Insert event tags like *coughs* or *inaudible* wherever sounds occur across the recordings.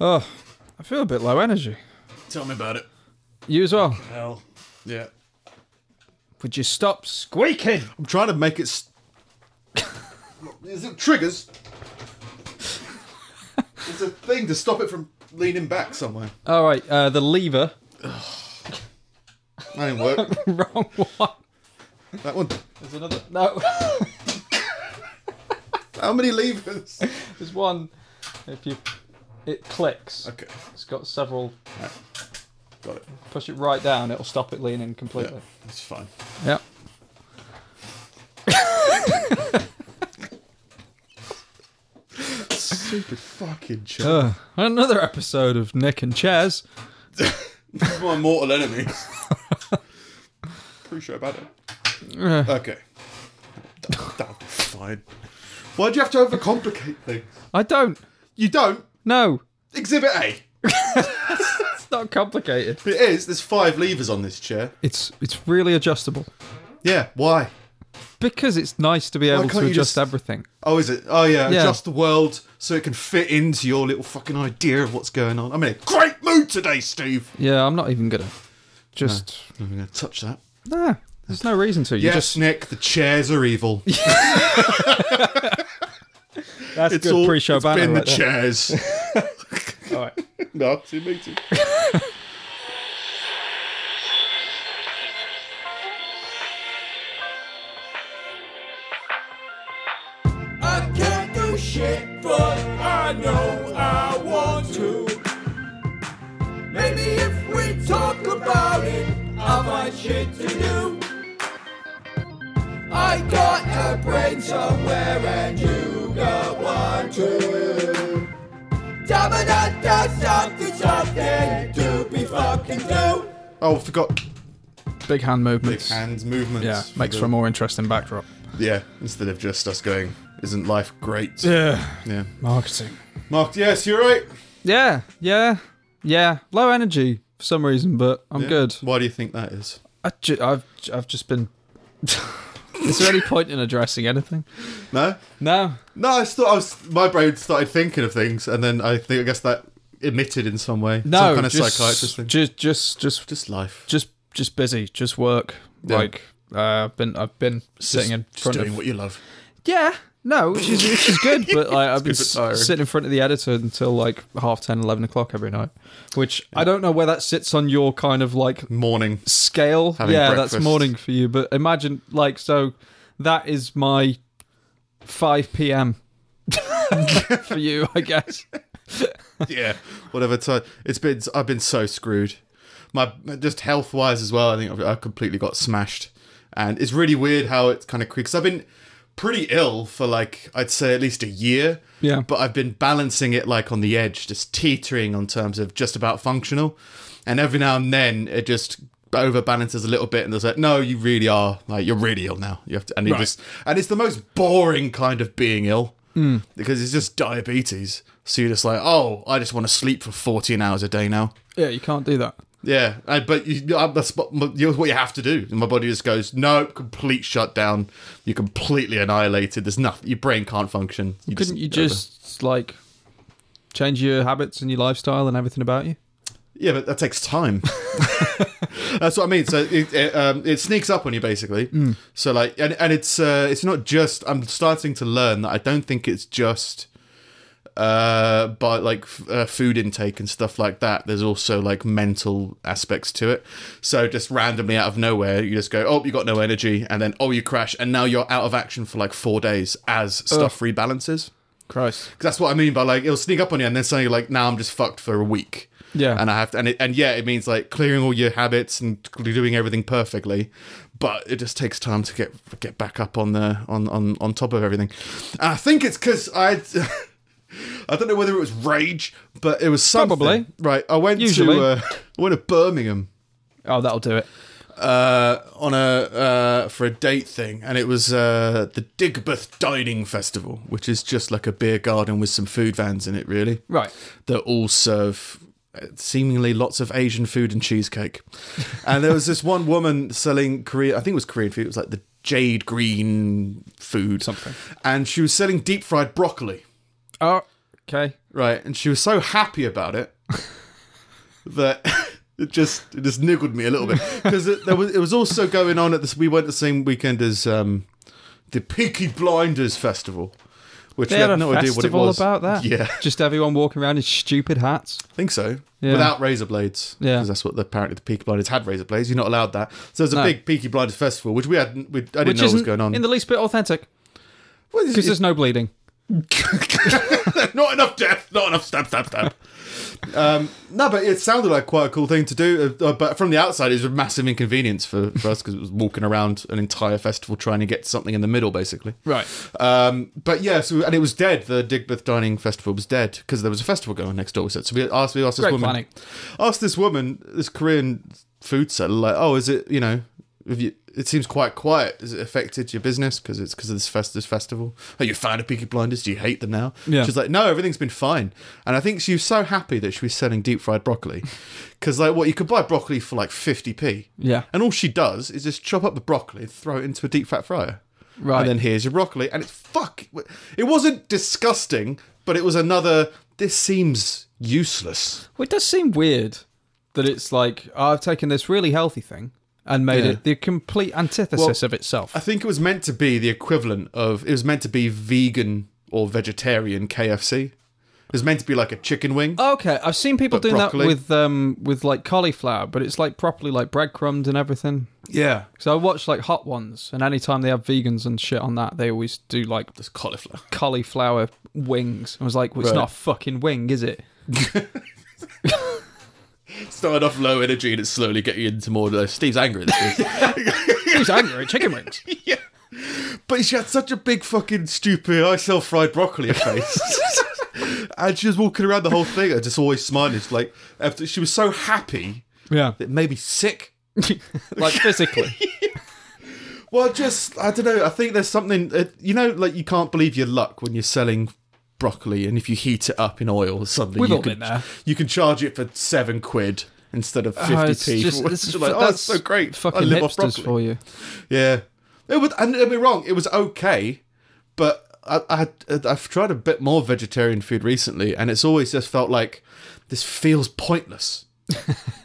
Oh, I feel a bit low energy. Tell me about it. You as well. Hell. Yeah. Would you stop squeaking? I'm trying to make it. s Is it triggers? It's a thing to stop it from leaning back somewhere. All right, uh, the lever. That didn't work. *laughs* Wrong one. That one. There's another. No, *laughs* How many levers? there's one. If you, it clicks. Okay, It's got several. got it. Push it right down. It'll stop it leaning completely. Yeah, it's fine. Yeah. *laughs* Super fucking chill. Ugh. another episode of Nick and Chaz. This is my mortal enemy. Pretty sure about it. Uh, Okay. That- That's fine. Why do you have to overcomplicate things? I don't. You don't. No, Exhibit A. *laughs* it's not complicated. It is. There's five levers on this chair. It's it's really adjustable Yeah. Why? because it's nice to be able to can't you adjust just- everything. Oh, is it? Oh, yeah. Yeah. Adjust the world so it can fit into your little fucking idea of what's going on. I'm in a great mood today, Steve. Yeah, I'm not even gonna. Just I'm going to touch that. no. there's no reason to. You Yes, just Nick. The chairs *laughs* are evil. that's it's good all. pre-show it's banner been right the there. chairs. *laughs* All right. Nazi meeting. I can't do shit, but I know I want to. Maybe if we talk about it, I'll find shit to do. I got a brain somewhere and you got one too. Da da da da something something to be fucking do. Oh, forgot. Big hand Big movements. hands movements. Yeah, makes for a more interesting backdrop. Yeah, instead of just us going, isn't life great? Yeah, Yeah. marketing. Mark, yes, you're right. Yeah, yeah, yeah. Low energy for some reason, but I'm good. Why do you think that is? I ju- I've I've just been. *laughs* Is there any point in addressing anything? No? No. No, I thought I was, my brain started thinking of things, and then I think I guess that emitted in some way. No. some kind of just, psychiatrist thing. Just, just, just, Just life. just, just busy. Just work. Yeah. Like uh, I've been, I've been sitting in Just front doing of. what you love. Yeah. No, which is which is good, but like *laughs* I've been good, but tiring. s- sitting in front of the editor until like half 10, 11 o'clock every night, which I don't know where that sits on your kind of like *laughs* Morning. scale. Having yeah, that's breakfast. morning for you. But imagine, like, so that is my 5 p.m. *laughs* for you, I guess. yeah, whatever time. It's been. I've been so screwed. My just health wise as well. I think I've, I completely got smashed, and it's really weird how it's kind of because I've been pretty ill for like I'd say at least a year. Yeah. But I've been balancing it like on the edge, just teetering on terms of just about functional, and every now and then it just overbalances a little bit and there's like no you really are like you're really ill now you have to and you just and it's the most boring kind of being ill because it's just diabetes. So you're just like, oh, I just want to sleep for 14 hours a day now. Yeah, you can't do that. Yeah, I, but you, I, that's what, you know what you have to do. And my body just goes, no, complete shutdown. You're completely annihilated. There's nothing. Your brain can't function. You Couldn't you just, like, change your habits and your lifestyle and everything about you? Yeah, but that takes time. That's what I mean. So it, it, um, it sneaks up on you basically. So like, and, and it's uh, it's not just. I'm starting to learn that I don't think it's just uh by like f- uh, food intake and stuff like that there's also like mental aspects to it so just randomly out of nowhere you just go oh you got no energy and then oh you crash and now you're out of action for like four days as stuff rebalances Christ. that's what I mean by like it'll sneak up on you, and then suddenly you're like now I'm just fucked for a week. Yeah. and I have to, and it, and yeah, it means like clearing all your habits and doing everything perfectly, but it just takes time to get get back up on the on on on top of everything. And I think it's because I. *laughs* I don't know whether it was rage, but it was something. Probably. right. I went Usually. to uh, I went to Birmingham Oh, that'll do it. uh, on a uh, for a date thing, and it was uh, the Digbeth Dining Festival, which is just like a beer garden with some food vans in it, really. Right. That all serve uh, seemingly lots of Asian food and cheesecake. *laughs* And there was this one woman selling Korean, I think it was Korean food. It was like the jade green food, Something. And she was selling deep fried broccoli. Oh, Okay. right? And she was so happy *laughs* about it that *laughs* it just it just niggled me a little bit because it, there was it was also going on at this. We went the same weekend as um, the Peaky Blinders festival, which They we had a had no idea festival what it was about that. *laughs* Yeah, Just everyone walking around in stupid hats. I think so. Yeah. Without razor blades, Yeah. because that's what the, apparently the Peaky Blinders had razor blades. You're not allowed that. So there's a No. big Peaky Blinders festival, which we hadn't. We, I didn't Which know what was isn't going on. in the least bit authentic Well, it's- because it's- there's no bleeding. *laughs* not enough death, not enough stab, stab, stab. um, no, but it sounded like quite a cool thing to do. Uh, uh, but from the outside, it was a massive inconvenience for, for us because it was walking around an entire festival trying to get something in the middle, basically. Right. Um, but yeah, so and it was dead. The Digbeth Dining Festival was dead because there was a festival going on next door. We said so. We asked, we asked this Great woman, planning. asked this woman, this Korean food seller, like, oh, is it you know, have you? It seems quite quiet. Has it affected your business because it's because of this fest, this festival? Are you a fan of Peaky Blinders? Do you hate them now? Yeah. She's like, no, everything's been fine. And I think she was so happy that she was selling deep fried broccoli *laughs* because like, what you could buy broccoli for like fifty p. Yeah. And all she does is just chop up the broccoli and throw it into a deep fat fryer. Right. And then here's your broccoli. And it's fuck. It wasn't disgusting, but it was another. This seems useless. Well, it does seem weird that it's like oh, I've taken this really healthy thing and made Yeah. it the complete antithesis of itself. I think it was meant to be the equivalent of. It was meant to be vegan or vegetarian KFC. It was meant to be like a chicken wing. Okay, I've seen people But doing broccoli? that with um with like cauliflower, but it's like properly like breadcrumbed and everything. yeah. So I watch like hot ones, and anytime they have vegans and shit on that, they always do like Just cauliflower. *laughs* cauliflower wings. I was like, well, it's Right. not a fucking wing, is it? Start off low energy and it's slowly getting into more. Uh, Steve's angry at this. week. He's angry at chicken wings. *laughs* But she had such a big fucking stupid I sell fried broccoli *laughs* face. and she was walking around the whole thing and just always smiling. It's like after she was so happy *laughs* Yeah, that it made me sick. like *laughs* physically. Well, just I don't know. I think there's something uh, you know, like you can't believe your luck when you're selling broccoli, and if you heat it up in oil, suddenly We've you all can, been there. You can charge it for seven quid instead of fifty Oh, p. just- for- *laughs* this is- like, oh, that's it's so great. Fucking I live off hipsters broccoli. for you. Yeah, it was. And don't be wrong, it was okay, but I, I had- I've tried a bit more vegetarian food recently, and it's always just felt like this *laughs* feels pointless.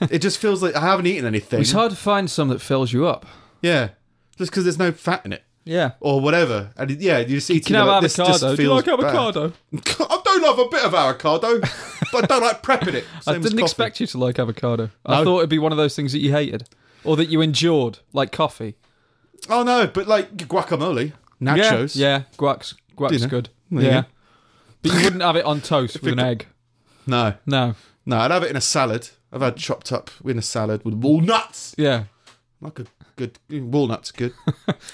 it just feels like I haven't eaten anything. It's hard to find some that fills you up. yeah, just because there's no fat in it Yeah. or whatever, and it- yeah, you just eat. Can I it, have like, this just avocado? Do you feels like avocado? bad. *laughs* I don't love a bit *laughs* of avocado, but I don't like prepping it. I Same as didn't coffee. expect you to like avocado. I No. thought it'd be one of those things that you hated or that you endured, like coffee. Oh no, but like guacamole, nachos. Yeah, yeah. guac's guac's know? good. There you yeah, go. but you wouldn't have it *laughs* on toast with an egg. No, No. no, I'd have it in a salad. I've had chopped up in a salad with walnuts. Yeah. Like a good walnuts, are good.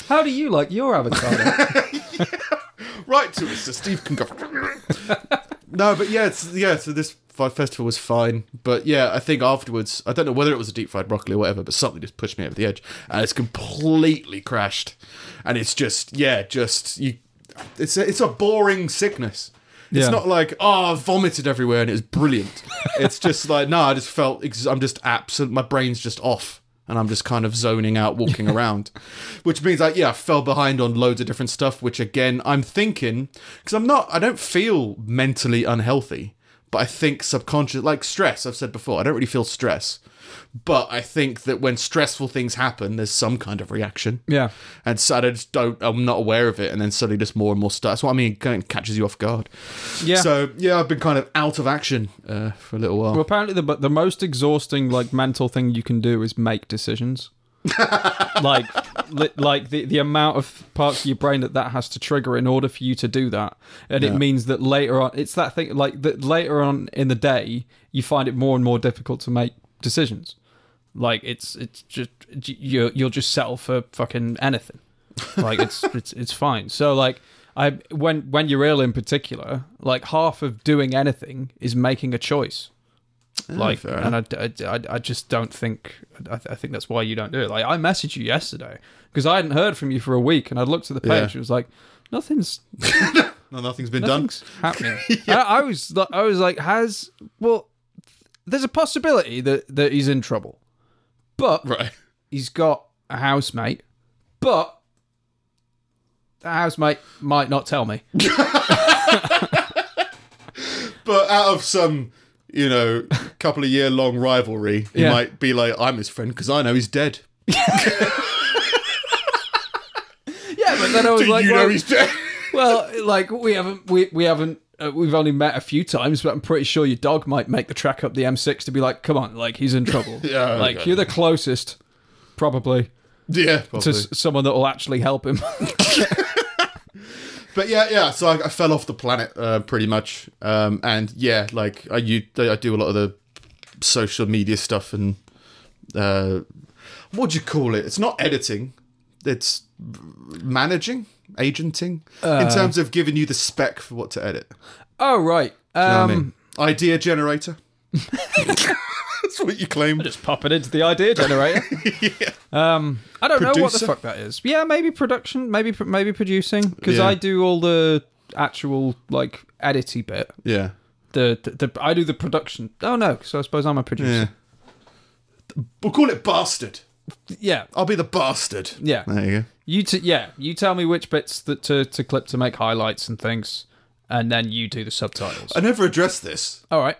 How do you like your avocado? right to it, so Steve can go. no, but yeah, it's, yeah. So this fi- festival was fine, but yeah, I think afterwards, I don't know whether it was a deep fried broccoli or whatever, but something just pushed me over the edge, and it's completely crashed, and it's just yeah, just you. It's a, it's a boring sickness. It's Yeah. not like oh, I vomited everywhere and it was brilliant. it's just like no, I just felt ex- I'm just absent. My brain's just off. And I'm just kind of zoning out, walking around, which means like yeah, I fell behind on loads of different stuff. Which again, I'm thinking because I'm not, I don't feel mentally unhealthy, but I think subconscious, like stress. I've said before, I don't really feel stress, but I think that when stressful things happen, there's some kind of reaction. yeah. And so I just don't, I'm not aware of it. And then suddenly just more and more stuff. That's what I mean. It kind of catches you off guard. *laughs* Yeah. So yeah, I've been kind of out of action uh, for a little while. well, apparently the but the most exhausting like mental thing you can do is make decisions. like li- like the, the amount of parts of your brain that that has to trigger in order for you to do that and it means that later on it's that thing like that later on in the day you find it more and more difficult to make decisions like it's it's just you you'll just settle for fucking anything like it's it's it's fine so like i when when you're ill in particular like half of doing anything is making a choice like Ah, fair and I, I, I- I just don't think I, I think that's why you don't do it like i messaged you yesterday because i hadn't heard from you for a week and i looked at the page Yeah. and it was like nothing's no, nothing's been done. *laughs* nothing's happening I, I was li- i was like has well there's a possibility that that he's in trouble but Right. he's got a housemate but *laughs* the housemate might not tell me but out of some, you know, couple of year long rivalry, he Yeah. might be like, "I'm his friend because I know he's dead." yeah, but then I was Do like, you well, know he's dead? *laughs* well, like we haven't, we we haven't. Uh, we've only met a few times, but I'm pretty sure your dog might make the track up the M6 to be like, "Come on, like he's in trouble." *laughs* Yeah, like okay. you're the closest, probably, yeah, to probably. s- someone that will actually help him. *laughs* But yeah, yeah. So I, I fell off the planet uh, pretty much, um, and yeah, like I, you, I do a lot of the social media stuff and uh, what do you call it? It's not editing; it's managing, agenting, Uh. in terms of giving you the spec for what to edit. oh right, You know um, what I mean? idea generator. *laughs* That's what you claim. just pop it into the idea *laughs* generator. Um, I don't know what the Producer? fuck that is. Yeah, maybe production, maybe pr- maybe producing, because Yeah. I do all the actual like edity bit. Yeah. The, the, the I do the production. Oh no, so I suppose I'm a Yeah. producer. We'll call it bastard. Yeah, I'll be the bastard. Yeah. There you go. You t- yeah, you tell me which bits that to, to clip to make highlights and things, and then you do the subtitles. I never addressed this. All right.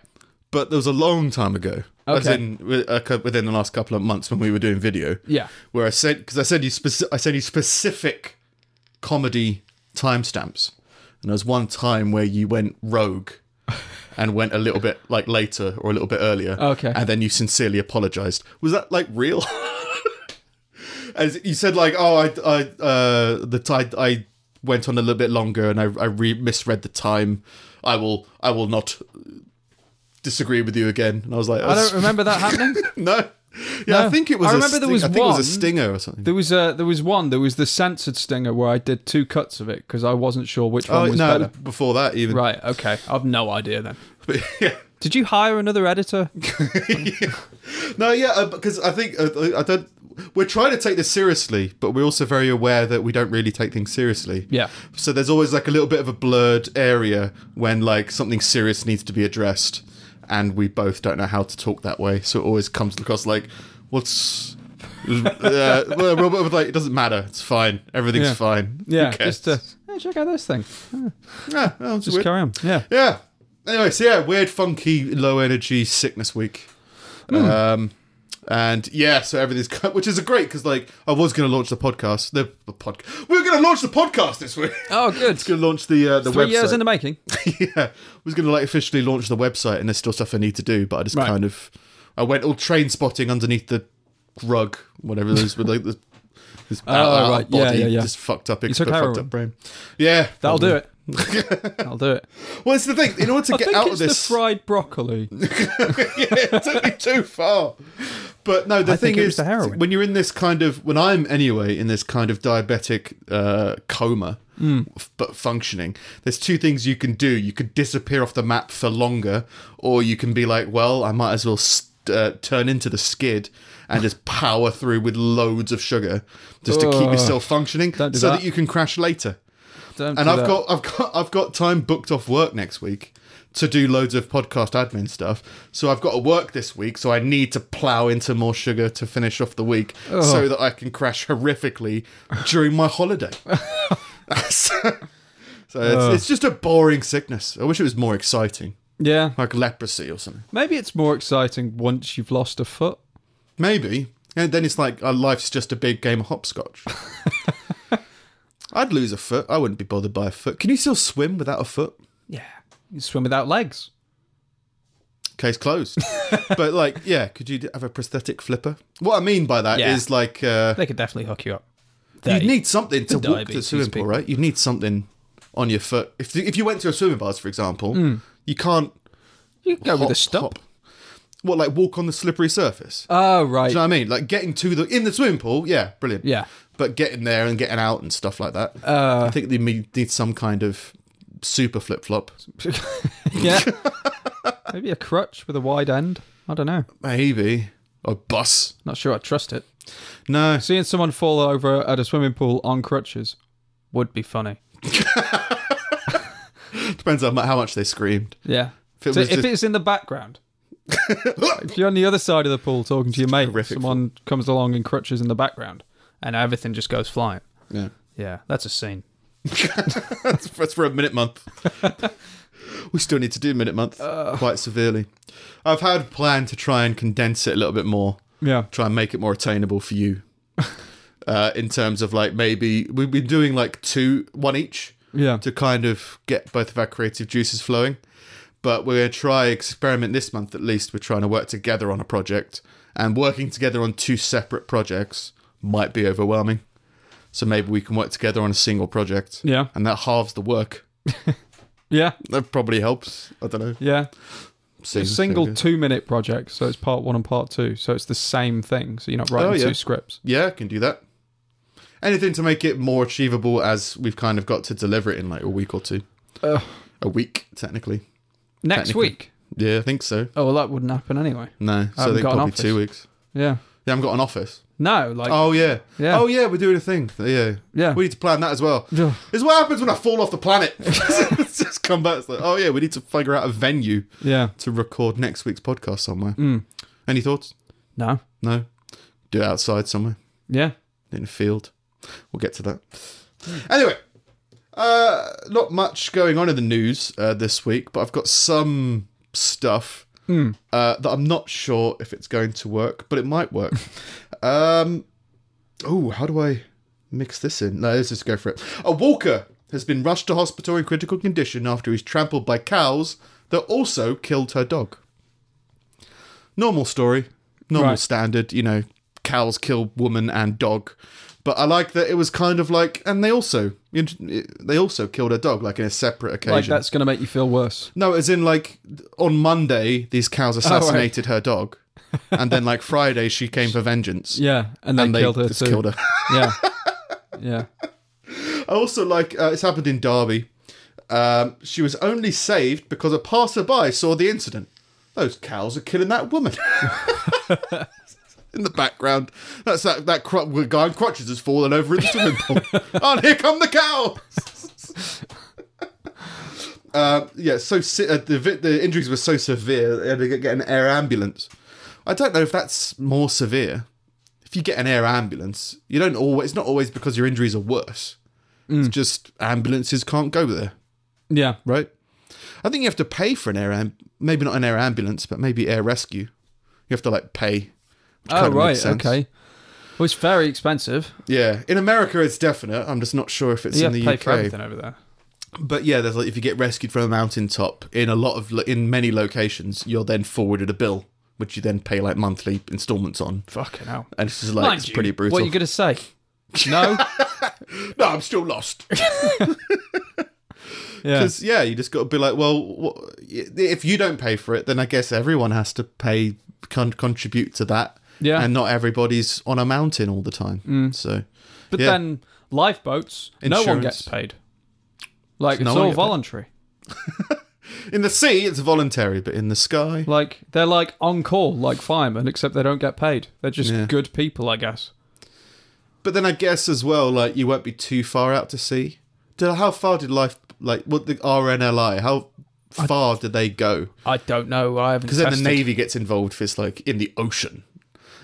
but there was a long time ago, as Okay. in wi- a cou- within the last couple of months when we were doing video. Yeah. where I sent because I sent you speci- I sent you specific comedy timestamps, and there was one time where you went *laughs* rogue. And went a little bit like later or a little bit earlier. Okay. And then you sincerely apologized. Was that like real? As you said, like, oh, I, I, uh, the tide, I went on a little bit longer and I, I re- misread the time. I will, I will not disagree with you again. And I was like, I *laughs* don't remember that happening. no. Yeah, I No. think it was. I a remember there sting- was I think it one- was a stinger or something. There was a there was one. There was the censored stinger where I did two cuts of it because I wasn't sure which one Oh was no, it better. was before that even. Right. Okay. I've no idea then. But, *laughs* yeah. Did you hire another editor? No, yeah, uh, because I think uh, I don't. We're trying to take this seriously, but we're also very aware that we don't really take things seriously. Yeah. So there's always like a little bit of a blurred area when like something serious needs to be addressed, and we both don't know how to talk that way. So it always comes across like, what's. *laughs* uh, well, Robert was like, it doesn't matter. It's fine. Everything's Yeah. fine. *laughs* Who Yeah, cares?" just uh, hey, check out this thing. yeah, that was Just weird. carry on. Yeah, Yeah. Anyway, so yeah, weird, funky, low energy sickness week. Hmm. Um, and yeah, so everything's *laughs* cut, which is great because like I was going to launch the podcast. The, the podcast. We were going to launch the podcast this week. *laughs* Oh, good. It's going to launch the uh, the three website. years in the making. *laughs* yeah, I was going to like officially launch the website, and there's still stuff I need to do, but I just Right. kind of I went all train spotting underneath the rug, whatever those with like the. *laughs* This out, out Oh, right. Yeah, body, yeah, yeah. just fucked up, took fucked heroin. up brain. Yeah, That'll do *laughs* it. I'll do it. Well, it's the thing. In order to I get think out it's of this, the fried broccoli. *laughs* it took me too far. But no, the I thing think it was is, the heroin. when you're in this kind of, when I'm anyway in this kind of diabetic uh, coma, Hmm. f- but functioning, there's two things you can do. You could disappear off the map for longer, or you can be like, well, I might as well st- uh, turn into the skid and just power through with loads of sugar just to keep Ugh. yourself functioning so do that that. you can crash later Don't and do I've that. got I've got I've got time booked off work next week to do loads of podcast admin stuff. So I've got to work this week, so I need to plow into more sugar to finish off the week so that I can crash *laughs* horrifically during my holiday. *laughs* so so it's, it's just a boring sickness. I wish it was more exciting, yeah. like leprosy or something. Maybe it's more exciting once you've lost a foot. Maybe. And then it's like our life's just a big game of hopscotch. I'd lose a foot. I wouldn't be bothered by a foot. Can you still swim without a foot? Yeah, you swim without legs. *laughs* case closed. but like, yeah, could you have a prosthetic flipper? What I mean by that is Yeah. like, uh, They could definitely hook you up. you They- need something to walk to the diabetes swimming pool, people. right? You need something on your foot. If if you went to a swimming bath, for example, you can't you could Hmm. go hop- with a stump. hop. What like walk on the slippery surface? Oh right. Do you know what I mean? Like getting to the in the swimming pool, yeah, brilliant. Yeah. Uh, but getting there and getting out and stuff like that. I think they me- need some kind of super flip flop. *laughs* *laughs* yeah. Maybe a crutch with a wide end. I don't know. Maybe a bus. Not sure I trust it. No, Seeing someone fall over at a swimming pool on crutches would be funny. depends on how much they screamed. Yeah. If it so was if just- it's in the *laughs* background, if you're on the other side of the pool talking to your mate, horrific. someone comes along and crutches in the background, and everything just goes flying. Yeah. Yeah, that's a scene. That's for a minute month. *laughs* we still need to do minute month Uh. quite severely. I've had a plan to try and condense it a little bit more, Yeah. try and make it more attainable for *laughs* you. uh, in terms of like maybe we've been doing like two, one each Yeah. to kind of get both of our creative juices flowing. But we're going to try experiment this month at least. We're trying to work together on a project, and working together on two separate projects might be overwhelming. So maybe we can work together on a single project. Yeah. and that halves the work. Yeah. That probably helps. I don't know. Yeah. Seems a single maybe. two minute project. So it's part one and part two. So it's the same thing. So you're not writing Oh, yeah. two scripts. yeah, can do that. Anything to make it more achievable, as we've kind of got to deliver it in like a week or two. Uh. a week, technically. Next Technically. week. Yeah, I think so. Oh, well, that wouldn't happen anyway. No, so I haven't think got an probably office. two weeks. Yeah. They haven't got an office. No, like, Oh yeah. Yeah. Oh yeah, we're doing a thing. Yeah. Yeah. We need to plan that as well. Yeah. It's what happens when I fall off the planet. *laughs* it's just come back. It's like, oh yeah, we need to figure out a venue yeah. to record next week's podcast somewhere. Mm. Any thoughts? No. No. Do it outside somewhere Yeah. in a field. We'll get to that. Anyway, uh, not much going on in the news uh, this week, but I've got some stuff uh, that I'm not sure if it's going to work, but it *laughs* might work. um, oh, how do I mix this in? No, let's just go for it. A walker has been rushed to hospital in critical condition after he's trampled by cows that also killed her dog. Normal story, normal Right. standard, you know, cows kill woman and dog. But I like that it was kind of like, and they also they also killed her dog, like in a separate occasion. Like, that's going to make you feel worse. No, as in like on Monday these cows Oh, assassinated her dog, and then like Friday she came for vengeance. Yeah. And they and they killed her just too. killed her. Yeah. Yeah. I also like uh, it's happened in Derby. Um, she was only saved because a passerby saw the incident. Those cows are killing that woman. *laughs* in the background, that's that that cro- guy in crutches has fallen over in the swimming pool. Oh, and here come the cows. *laughs* Uh, yeah, so se- uh, the vi- the injuries were so severe they had to get an air ambulance. I don't know if that's more severe. If you get an air ambulance, you don't always. It's not always because your injuries are worse. Hmm. It's just ambulances can't go there, Yeah. right? I think you have to pay for an air am- maybe not an air ambulance, but maybe air rescue. You have to like pay. which Oh, kinda makes right. sense. Okay. Well, it's very expensive. Yeah, in America it's definite. I'm just not sure if it's You in have to the pay UK. for everything over there. But yeah, there's like if you get rescued from a mountaintop in a lot of lo- in many locations, you're then forwarded a bill, which you then pay like monthly installments on, Fucking hell. and it's just like Mind it's you, pretty brutal. What are you going to *laughs* say? No? no, I'm still lost. yeah. Because yeah, you just got to be like, well, what, if you don't pay for it, then I guess everyone has to pay con- contribute to that. Yeah. Mm. and not everybody's on a mountain all the time. So But yeah. then lifeboats, no one Insurance. gets paid. Like, No it's one all get paid. voluntary. in the sea, it's voluntary, but in the sky, Like, they're like on call, like firemen, except they don't get paid. They're just Yeah. good people, I guess. But then I guess as well, like you won't be too far out to sea. Did, how far did life like what the RNLI? How far did they go? I don't know. I haven't Because then the tested. navy gets involved if it's like in the ocean.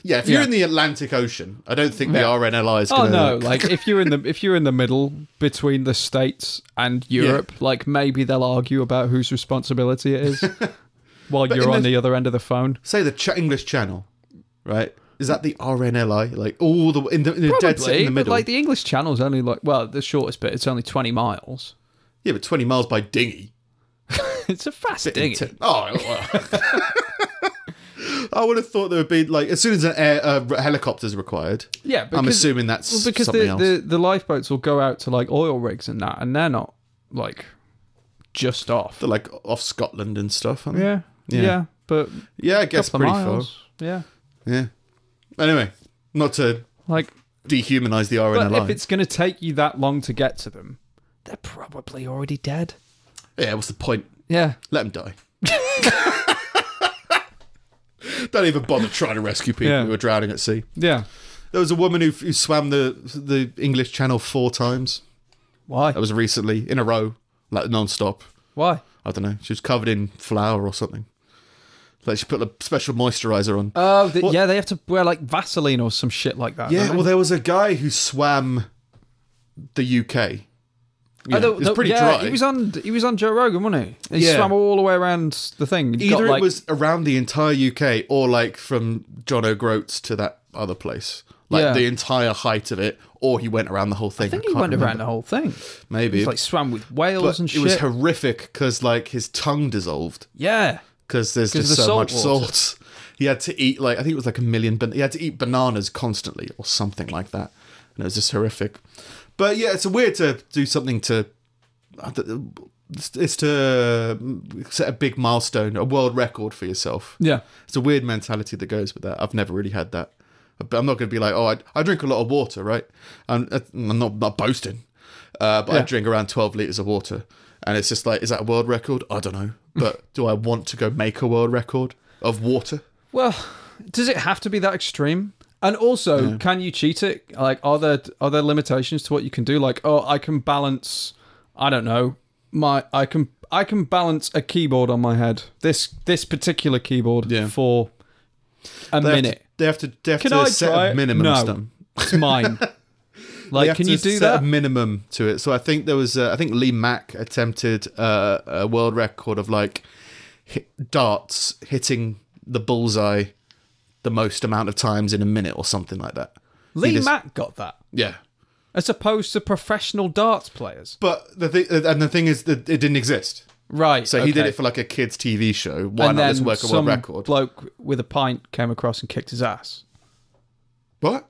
Yeah, if you're Yeah. in the Atlantic Ocean, I don't think the RNLI is. Oh Gonna, no! Like if you're in the if you're in the middle between the states and Europe, like maybe they'll argue about whose responsibility it *laughs* is, while you're in on the- the, other end of the phone. say the Ch- English Channel, right? Is that the RNLI? Like all the in the, in the dead set in the but middle. like the English Channel's only like well, the shortest bit it's only twenty miles. *laughs* yeah, but twenty miles by dinghy. It's a fast dinghy. T- Oh. well. *laughs* I would have thought there would be like as soon as an air uh, helicopter is required. Yeah, I'm because- assuming that's Well, because something the, else. the the lifeboats will go out to like oil rigs and that, and they're not like just off. They're, like off Scotland and stuff. Aren't they? Yeah, yeah, but yeah, I guess couple of pretty miles. Yeah, far. Yeah. Anyway, not to like dehumanize the But RNLI. if it's going to take you that long to get to them, they're probably already dead. yeah, what's the point? Yeah. Let them die. *laughs* Don't even bother trying to rescue people Yeah. who are drowning at sea. Yeah. There was a woman who, who swam the the English Channel four times. Why? That was recently in a row, like non-stop. Why? I don't know. She was covered in flour or something. Like she put a special moisturizer on. Oh, th- yeah, they have to wear like Vaseline or some shit like that. Yeah, don't well, they? there was a guy who swam the UK Oh, Yeah, Uh, the- it's the- pretty yeah, dry. He was on. He was on Joe Rogan, wasn't he? He Yeah. swam all the way around the thing. and Either got, like, it was around the entire UK or like from John O'Groats to that other place. Like Yeah. the entire height of it, or he went around the whole thing. I think he can't went around the remember. whole thing. Maybe. He's like swam with whales but and it shit. was horrific because like his tongue dissolved yeah. because there's 'Cause just of the so salt much water. salt. He had to eat like I think it was like a million. Ban- he had to eat bananas constantly or something like that, and it was just horrific. But yeah, it's weird to do something to. I don't- It's it's to set a big milestone, a world record for yourself. Yeah. It's a weird mentality that goes with that. I've never really had that. But I'm not going to be like, oh, I, I drink a lot of water, right? I'm, I'm not not boasting, uh, but I Yeah. drink around 12 liters of water, and it's just like, is that a world record? I don't know, *laughs* but do I want to go make a world record of water? Well, does it have to be that extreme? And also, can you cheat it? Like, are there are there limitations to what you can do? Like, oh, I can balance. I don't know. My I can I can balance a keyboard on my head. This this particular keyboard Yeah. for a They have to- minute. they have to, they have Can to I set try a it? minimum. No. stum- It's *laughs* mine. They like, have can to you do set that? A minimum to it. So I think there was, uh, I think Lee Mack attempted uh, a world record of like hit darts hitting the bullseye the most amount of times in a minute or something like that. Lee He just- Mack got that, yeah. as opposed to professional darts players. But the thing, and the thing is that it didn't exist. Right. So he did okay. it for like a kids' TV show. Why and not then let's work a some world record? bloke with a pint came across and kicked his ass. what?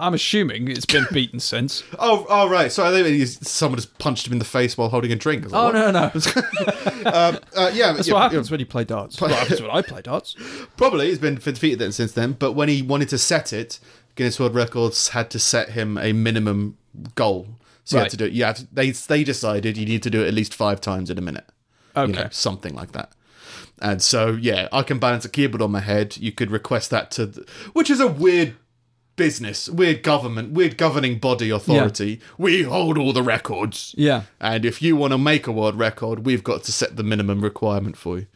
I'm assuming it's *laughs* been beaten since. Oh, oh, right. So I think it is- someone just punched him in the face while holding a drink. I was like, Oh what? no, no, that's Uh, yeah, yeah, what yeah. happens when you play darts. That's what happens when I play *laughs* darts. Probably he's been defeated then since then. But when he wanted to set it, Guinness World Records had to set him a minimum goal. So you Right. had to do it. You have to, they they decided you need to do it at least five times in a minute. Okay. You know, something like that. And so yeah, I can balance a keyboard on my head. You could request that to, the, which is a weird business, weird government, weird governing body authority. We hold all the records. Yeah, And if you want to make a world record, we've got to set the minimum requirement for you.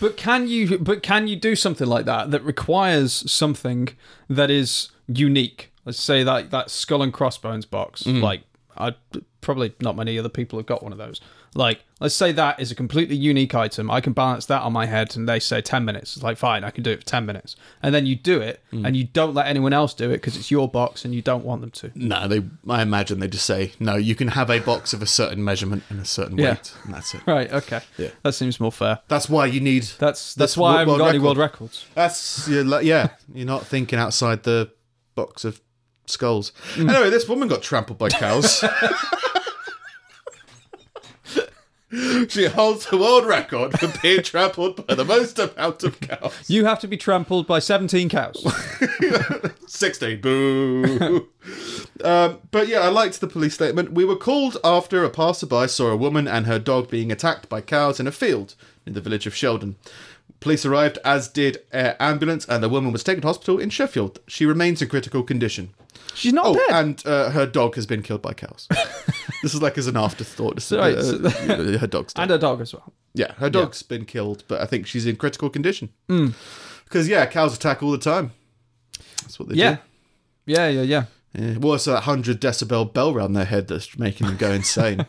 but can you? But can you do something like that that requires something that is unique? Let's say that that skull and crossbones box. Like, I probably not many other people have got one of those. Like, let's say that is a completely unique item. I can balance that on my head, and they say ten minutes. It's like fine, I can do it for ten minutes, and then you do it, and you don't let anyone else do it because it's your box, and you don't want them to. No, they. I imagine they just say no. You can have a box of a certain measurement and a certain Yeah. weight, and that's it. Right? Okay. Yeah. That seems more fair. That's why you need. That's that's why I haven't got any world records. That's you're like- yeah. You're not thinking outside the box of skulls. Mm. Anyway, this woman got trampled *laughs* by cows. she holds the world record for being trampled by the most amount of cows. You have to be trampled by 17 cows. 16 boo um, but yeah i liked the police statement we were called after a passerby saw a woman and her dog being attacked by cows in a field in the village of sheldon police arrived as did air ambulance and the woman was taken to hospital in sheffield she remains in critical condition *laughs* She's not oh dead. and uh, her dog has been killed by *laughs* cows this is like as an afterthought This is, Right, uh, so- *laughs* you know, her dog's dead. and uh, a dog as well. yeah her dog's been killed but i think she's in critical condition Hmm. because yeah cows attack all the time that's what they do Yeah. Yeah, yeah, yeah. yeah. Well, it's that 100 decibel bell round their head that's making them *laughs* go insane.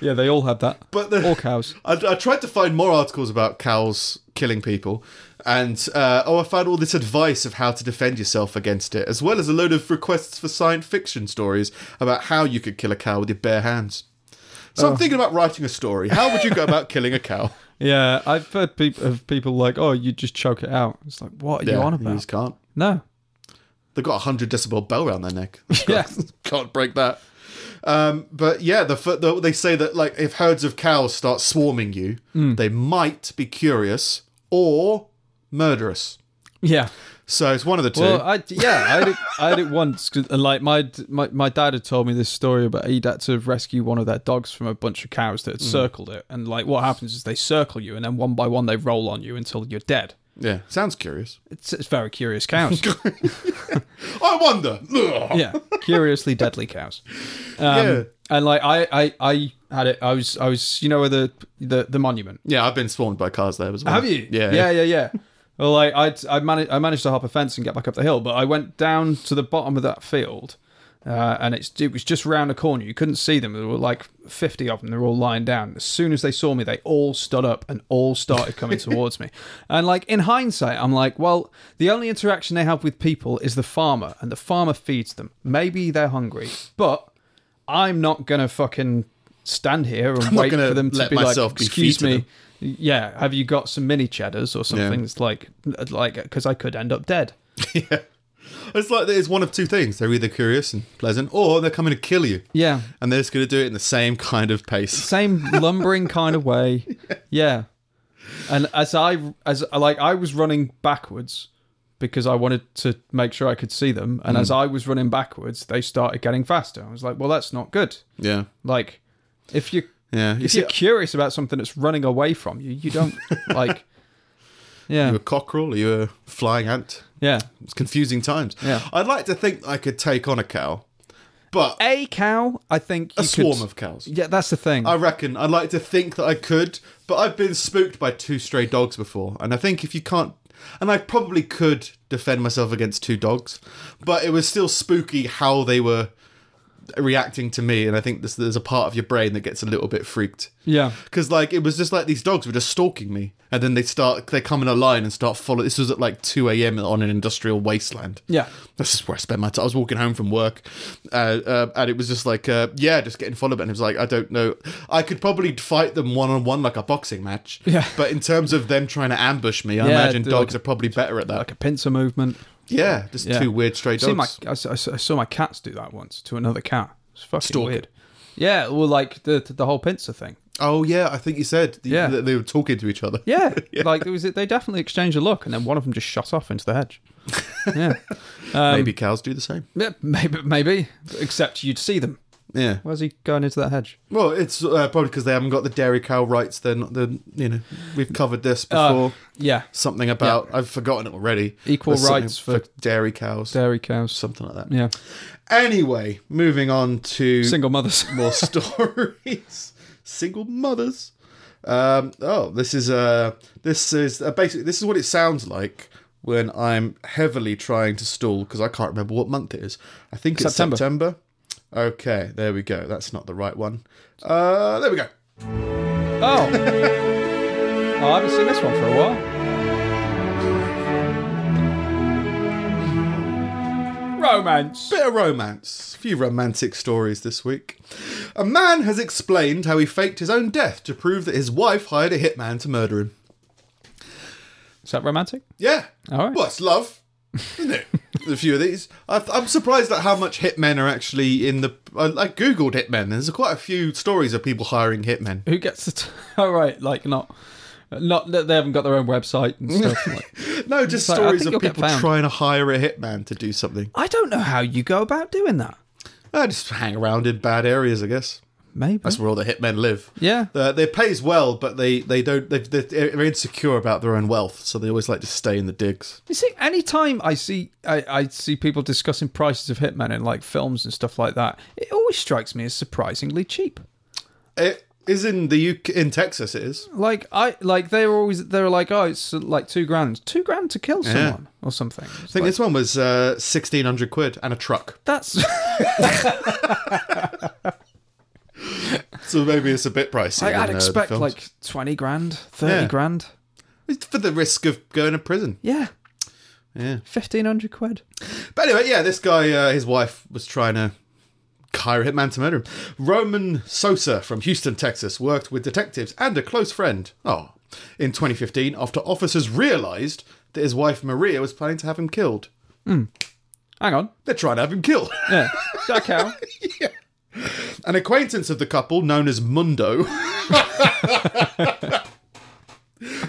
Yeah, they all had that. but the, all cows. I, I tried to find more articles about cows killing people, and uh, oh, I found all this advice of how to defend yourself against it, as well as a load of requests for science fiction stories about how you could kill a cow with your bare hands. So Oh. I'm thinking about writing a story. How would you go about killing a cow? Yeah, I've heard peop of people like, oh, you just choke it out. It's like, what are *laughs* you on You about? just can't. No. They've got a hundred decibel bell round *laughs* their neck. Yeah. can't break that. Um, but yeah, the, fir- the they say that like if herds of cows start swarming you, Hmm. they might be curious or murderous. Yeah. *laughs* So it's one of the two. Well, I, yeah, I had it, I had it once. 'cause, and like my, my my dad had told me this story about he'd had to rescue one of their dogs from a bunch of cows that had circled it. And like, what happens is they circle you, and then one by one they roll on you until you're dead. yeah, sounds curious. It's, it's very curious cows. I wonder. Ugh. yeah curiously deadly cows um, Yeah. and like I, I i had it i was i was you know where the the, the monument Yeah, I've been swarmed by cars there as well. have you Yeah, yeah yeah yeah well like i i managed i managed to hop a fence and get back up the hill but i went down to the bottom of that field Uh, and it's it was just round a corner. You couldn't see them. There were like fifty of them. They were all lying down. As soon as they saw me, they all stood up and all started *laughs* coming towards me. And like in hindsight, I'm like, well, the only interaction they have with people is the farmer, and the farmer feeds them. Maybe they're hungry, but I'm not gonna fucking stand here and not wait gonna for them to let be like, myself be excuse feeding me. them." Yeah, have you got some mini cheddars or something? It's like, like, because I could end up dead. yeah. It's like it's one of two things. They're either curious and pleasant, or they're coming to kill you. Yeah, And they're just going to do it in the same kind of pace. same lumbering kind of way. *laughs* Yeah. And as I as like I was running backwards because I wanted to make sure I could see them, and Mm. as I was running backwards, they started getting faster. I was like, well, that's not good. Yeah. Like, if you Yeah. You if see, you're curious about something that's running away from you, you *laughs* don't like. Yeah, you a cockerel, are you a flying ant? yeah. It's confusing times. Yeah. I'd like to think I could take on a cow, but a, A cow, I think you could- swarm of cows. Yeah, that's the thing. I reckon I'd like to think that I could, but I've been spooked by two stray dogs before, and I think if you can't, and I probably could defend myself against two dogs, but it was still spooky how they were reacting to me, and I think this, there's a part of your brain that gets a little bit freaked. yeah, Because like it was just like these dogs were just stalking me, and then they start they come in a line and start following. This was at like two a.m. on an industrial wasteland. Yeah. this is where I spent my time. I was walking home from work, uh, uh, and it was just like uh, yeah, just getting followed. And it was like I don't know, I could probably fight them one on one like a boxing match. Yeah. but in terms of them trying to ambush me, I Yeah, imagine they're dogs like- are probably better at that. like a pincer movement. yeah, just Yeah. two weird stray I've seen dogs. my- I, saw- I saw- I saw my cats do that once to another cat. It's fucking Stalk. weird. Yeah, well, like the the whole pincer thing. oh yeah, I think you said the- Yeah. that they were talking to each other. Yeah, like there was they definitely exchanged a look, and then one of them just shot off into the hedge. Yeah, Um, maybe cows do the same. yeah maybe maybe except you'd see them. Yeah, Where's he going into that hedge? Well, it's uh, probably because they haven't got the dairy cow rights. They're not the you know we've covered this Uh, before. yeah, something about I've forgotten it already. Equal But something rights for- dairy cows, dairy cows. something like that. Yeah, Anyway, moving on to single mothers. *laughs* more stories. Single mothers. Um, oh, this is uh, this is uh, basically this is what it sounds like when I'm heavily trying to stall because I can't remember what month it is. I think it's September. September. Okay, there we go. That's not the right one. Uh, there we go. Oh. oh, I haven't seen this one for a while. Romance. Bit of romance. A few romantic stories this week. A man has explained how he faked his own death to prove that his wife hired a hitman to murder him. Is that romantic? Yeah. All right. Well, it's love, *laughs* isn't it? There's a few of these. I, I'm surprised at how much hitmen are actually in the. I, I googled hitmen. There's quite a few stories of people hiring hitmen. Who gets the? T- *laughs* oh right, like not, not that they haven't got their own website and *laughs* stuff. like- No, just like, I stories think of you'll get people found. trying to hire a hitman to do something. I don't know how you go about doing that. I just hang around in bad areas, I guess. Maybe That's where all the hitmen live. Yeah. uh, they pays well, but they they don't they they're they're insecure about their own wealth, so they always like to stay in the digs. you see. Anytime I see I, I see people discussing prices of hitmen in like films and stuff like that, it always strikes me as surprisingly cheap. It is in the UK in Texas. It is. Like I like they were always they were like oh it's like two grand, two grand to kill someone or something. It's I think like, this one was uh, sixteen hundred quid and a truck. *laughs* that's So maybe it's a bit pricey. like, I'd than, uh, the expect films. like twenty grand, thirty Yeah. grand. It's for the risk of going to prison. Yeah, Yeah. fifteen hundred quid. But anyway, yeah, this guy, uh, his wife was trying to hire a hitman to murder him. Roman Sosa from Houston, Texas, worked with detectives and a close friend. Oh, in 2015, after officers realized that his wife Maria was planning to have him killed. Hang on, They're trying to have him killed. *laughs* yeah, Does that count? An acquaintance of the couple, known as Mundo. *laughs*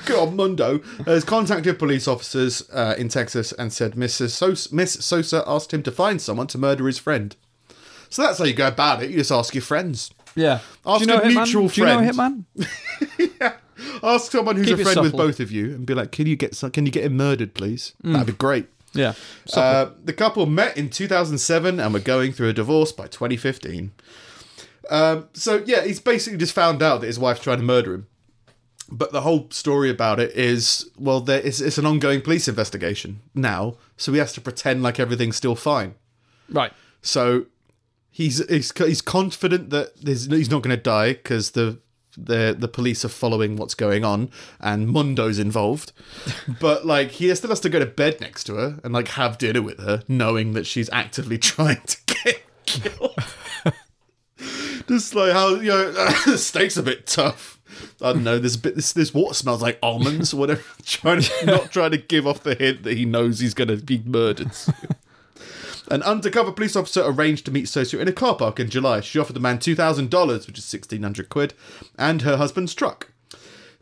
Good old Mundo has contacted police officers uh, in Texas and said Mrs. Sosa, Miss Sosa asked him to find someone to murder his friend. So that's how you go about it. You just ask your friends. Yeah. *laughs* Ask a Hitman? mutual Do you know friend. Hitman? Ask someone who's Keep a it friend with supple. Mm. both of you and be like, "Can you get some, can you get him murdered, please? That'd be great." *laughs* Yeah. Uh, the couple met in 2007 and were going through a divorce by 2015. Um, so yeah, he's basically just found out that his wife's trying to murder him. But the whole story about it is, well, there is it's an ongoing police investigation now, so he has to pretend like everything's still fine. right. So he's he's he's confident that there's, he's not going to die because the the the police are following what's going on and Mundo's involved, but like he still has to go to bed next to her and like have dinner with her, knowing that she's actively *laughs* trying to get killed. Just like how you know *coughs* the steak's a bit tough. I don't know. This bit this this water smells like almonds or whatever. *laughs* trying to not trying to give off the hint that he knows he's going to be murdered. An undercover police officer arranged to meet Sosu in a car park in July. She offered the man $2,000, which is 1600 quid, and her husband's truck.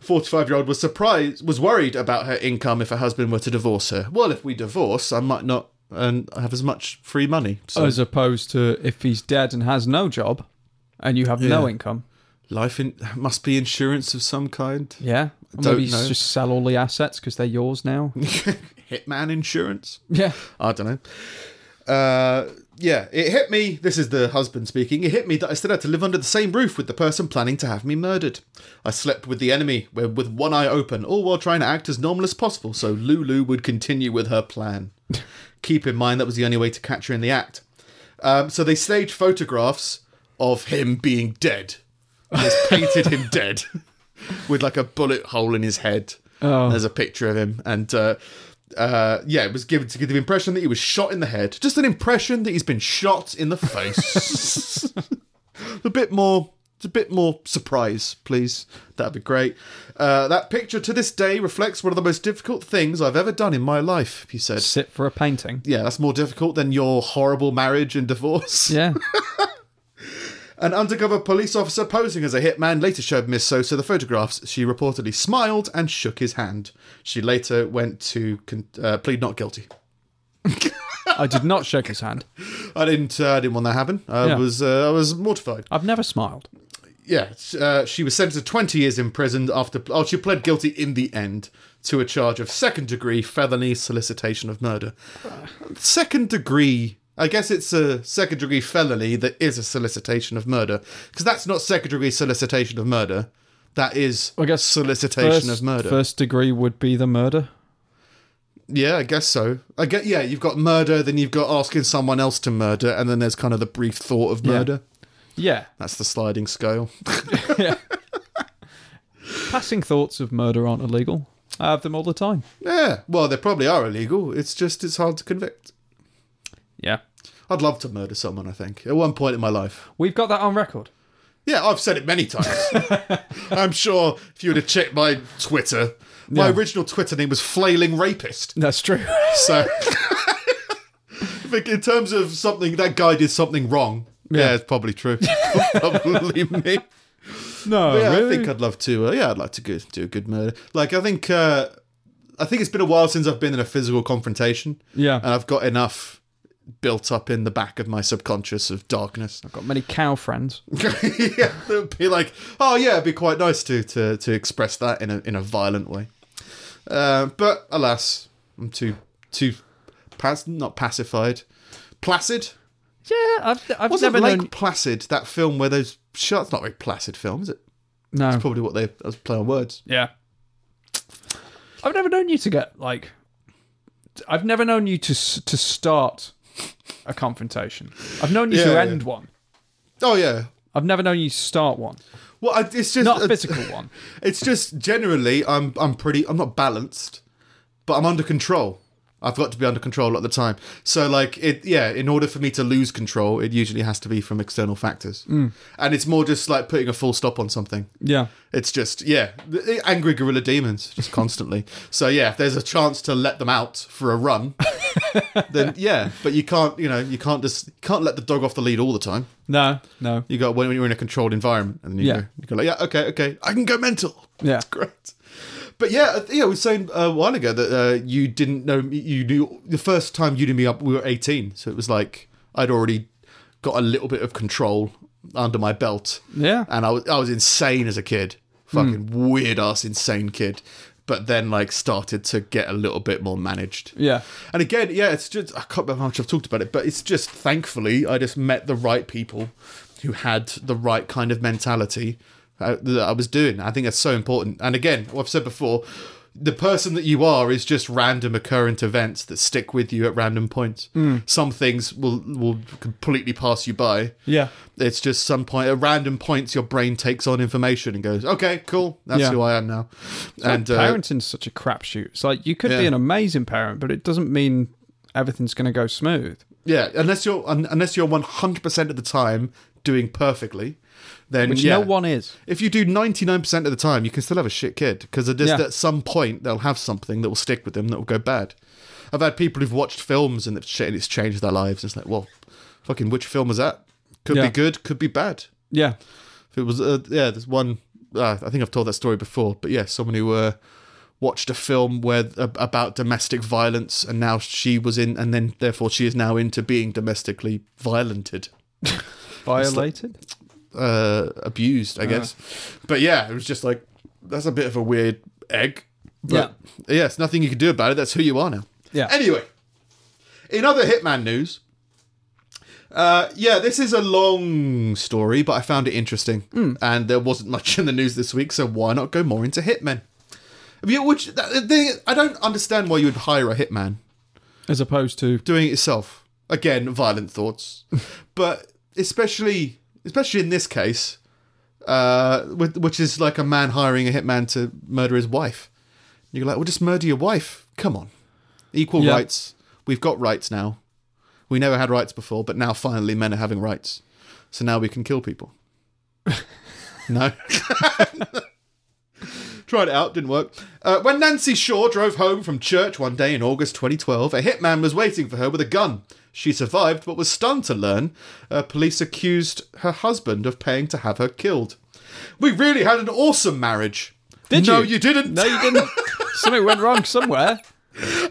45-year-old was surprised, was worried about her income if her husband were to divorce her. Well, if we divorce, I might not and have as much free money. So As opposed to if he's dead and has no job and you have no Yeah. income. life in, must be insurance of some kind. Yeah. Or Don't maybe you know. just sell all the assets because they're yours *laughs* now. Hitman insurance. yeah. I don't know. Uh, yeah, it hit me. This is the husband speaking. It hit me that I still had to live under the same roof with the person planning to have me murdered. I slept with the enemy wi- with one eye open, all while trying to act as normal as possible so Lulu would continue with her *laughs* plan. Keep in mind that was the only way to catch her in the act. Um, so they staged photographs of him being dead. Just painted him dead with like a bullet hole in his head. Oh. There's a picture of him, and uh, uh, yeah, it was given to give the impression that he was shot in the head. Just an impression that he's been shot in the face. a bit more, a bit more surprise, please. That'd be great. Uh, that picture to this day reflects one of the most difficult things I've ever done in my life. He said. Sit for a painting. Yeah, that's more difficult than your horrible marriage and divorce. Yeah. An undercover police officer posing as a hitman later showed Miss Sosa the photographs. She reportedly smiled and shook his hand. She later went to con- uh, plead not guilty. I did not shake his hand. I didn't. Uh, I didn't want that to happen. I Yeah. was. Uh, I was mortified. I've never smiled. Yeah. Uh, she was sentenced to 20 years in prison after. Oh, she pled guilty in the end to a charge of second degree felony solicitation of murder. Second degree. I guess it's a second degree felony that is a solicitation of murder because that's not second degree solicitation of murder. That is I guess solicitation First, of murder. first degree would be the murder. Yeah, I guess so. I get yeah, you've got murder, then you've got asking someone else to murder, and then there's kind of the brief thought of murder. *laughs* Yeah. *laughs* That's the sliding scale. *laughs* Passing thoughts of murder aren't illegal. I have them all the time. Yeah, well, they probably are illegal. It's just it's hard to convict. Yeah. I'd love to murder someone. I think at one point in my life. We've got that on record. Yeah, I've said it many times. *laughs* I'm sure if you would have checked my Twitter, my Yeah. original Twitter name was flailing rapist. That's true. So, *laughs* I think in terms of something that guy did something wrong. Yeah, it's *laughs* probably true. probably me. no, *laughs* yeah, Oh, really? I think I'd love to. Uh, yeah, I'd like to go, do a good murder. Like, I think, uh, I think it's been a while since I've been in a physical confrontation. Yeah. and I've got enough built up in the back of my subconscious of darkness. Got many cow friends. *laughs* yeah, that would be like, oh yeah, it'd be quite nice to to to express that in a in a violent way. Uh, but alas, I'm too too pass not pacified, placid. Yeah, I've, I've Wasn't never Lake known. Placid that film where those shots? Not a very placid film, is it? No. Probably what they that's play on words. Yeah. I've never known you to get like. I've never known you to s- to start a confrontation. I've known you Yeah, to yeah. end one. Oh yeah, I've never known you to start one, Well, I, it's just not a physical one. It's just generally, I'm I'm pretty. I'm not balanced, but I'm under control. I've got to be under control at the time. So like it, yeah. In order for me to lose control, it usually has to be from external factors, and it's more just like putting a full stop on something. Yeah. It's just yeah, the- the angry gorilla demons just constantly. so yeah, if there's a chance to let them out for a run, then yeah. But you can't, you know, you can't just you can't let the dog off the lead all the time. No. No. You got when you're in a controlled environment, and you, Yeah. go, you go like, yeah, okay, okay, I can go mental. Yeah. *laughs* Great. But yeah, I think I was saying a while ago that uh, you didn't know me- you knew the first time you knew me up. We were eighteen, so it was like I'd already got a little bit of control under my belt. Yeah. Hmm. and I was I was insane as a kid, fucking weird ass insane kid. But then like started to get a little bit more managed. Yeah. And again, yeah, it's just I can't remember how much I've talked about it, but it's just thankfully I just met the right people who had the right kind of mentality uh, that I was doing. I think that's so important. And again, what I've said before, the person that you are is just random occurrent events that stick with you at random points. Hmm. Some things will will completely pass you by. Yeah. It's just some point at random points your brain takes on information and goes, "Okay, cool, that's Yeah. who I am now." And and uh, parenting's such a crapshoot. It's like you could be Yeah. an amazing parent, but it doesn't mean everything's going to go smooth. yeah, unless you're un- unless you're one hundred percent of the time doing perfectly, then Which yeah. no one is. If you do ninety nine percent of the time, you can still have a shit kid because just Yeah. at some point they'll have something that will stick with them that will go bad. I've had people who've watched films and, that shit, and it's changed their lives. It's like, well, fucking which film was that? Could Yeah. be good, could be bad. Yeah. If it was, uh, yeah, there's one. Uh, I think I've told that story before, but yeah, someone who uh, watched a film where ab- about domestic violence, and now she was in, and then therefore she is now into being domestically violented, Violated. uh, abused, I guess. But yeah, it was just like that's a bit of a weird egg. But yeah, it's nothing you can do about it. That's who you are now. Yeah. Anyway, in other Hitman news, uh, yeah, this is a long story, but I found it interesting, and there wasn't *laughs* much in the news this week, so why not go more into Hitmen? I mean, Which that, the thing, I don't understand why you would hire a hitman As opposed to doing it yourself. Again, violent thoughts, but especially especially in this case, uh, with- which is like a man hiring a hitman to murder his wife. You're like, well, just murder your wife. Come on, equal Yeah. rights. We've got rights now. We never had rights before, but now finally men are having rights. So now we can kill people. no. Tried it out, didn't work. Uh, when Nancy Shaw drove home from church one day in August 2012, a hitman was waiting for her with a gun. She survived, but was stunned to learn uh, police accused her husband of paying to have her killed. We really had an awesome marriage. Did no, you? you didn't. no, you didn't. *laughs* Something went wrong somewhere.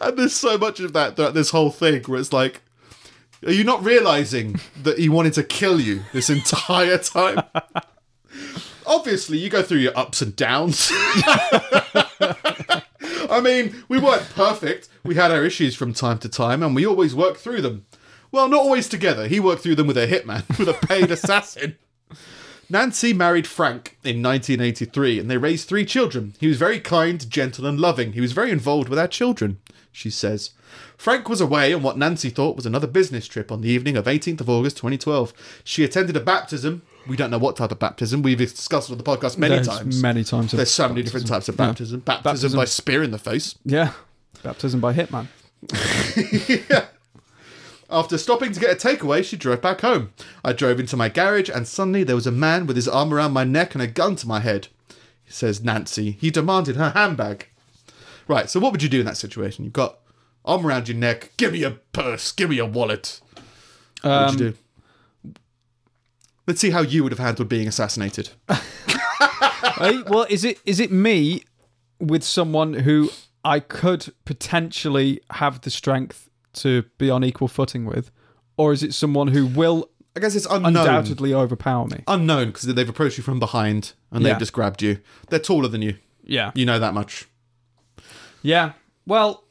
And there's so much of that throughout this whole thing where it's like, are you not realizing that he wanted to kill you this *laughs* entire time? Obviously, you go through your ups and downs. I mean, we weren't perfect. We had our issues from time to time, and we always worked through them. Well, not always together. He worked through them with a hitman, *laughs* with a paid assassin. Nancy married Frank in 1983 and they raised three children. He was very kind, gentle, and loving. He was very involved with our children, she says. Frank was away on what Nancy thought was another business trip on the evening of 18th of August 2012. She attended a baptism. We don't know what type of baptism. We've discussed it on the podcast many There's times. many times of There's so many different types of baptism. Baptism, Baptism. by spear in the face. Yeah. Baptism by hitman. After stopping to get a takeaway, she drove back home. I drove into my garage and suddenly there was a man with his arm around my neck and a gun to my head. Says Nancy. He demanded her handbag. Right, so what would you do in that situation? You've got arm around your neck, give me your purse, give me your wallet. What Um, would you do? Let's see how you would have handled being assassinated. Hey, well, is it is it me with someone who I could potentially have the strength to be on equal footing with, or is it someone who will I guess it's unknown. undoubtedly overpower me? Unknown because they've approached you from behind and Yeah. they've just grabbed you. They're taller than you. Yeah. You know that much. Yeah. Well,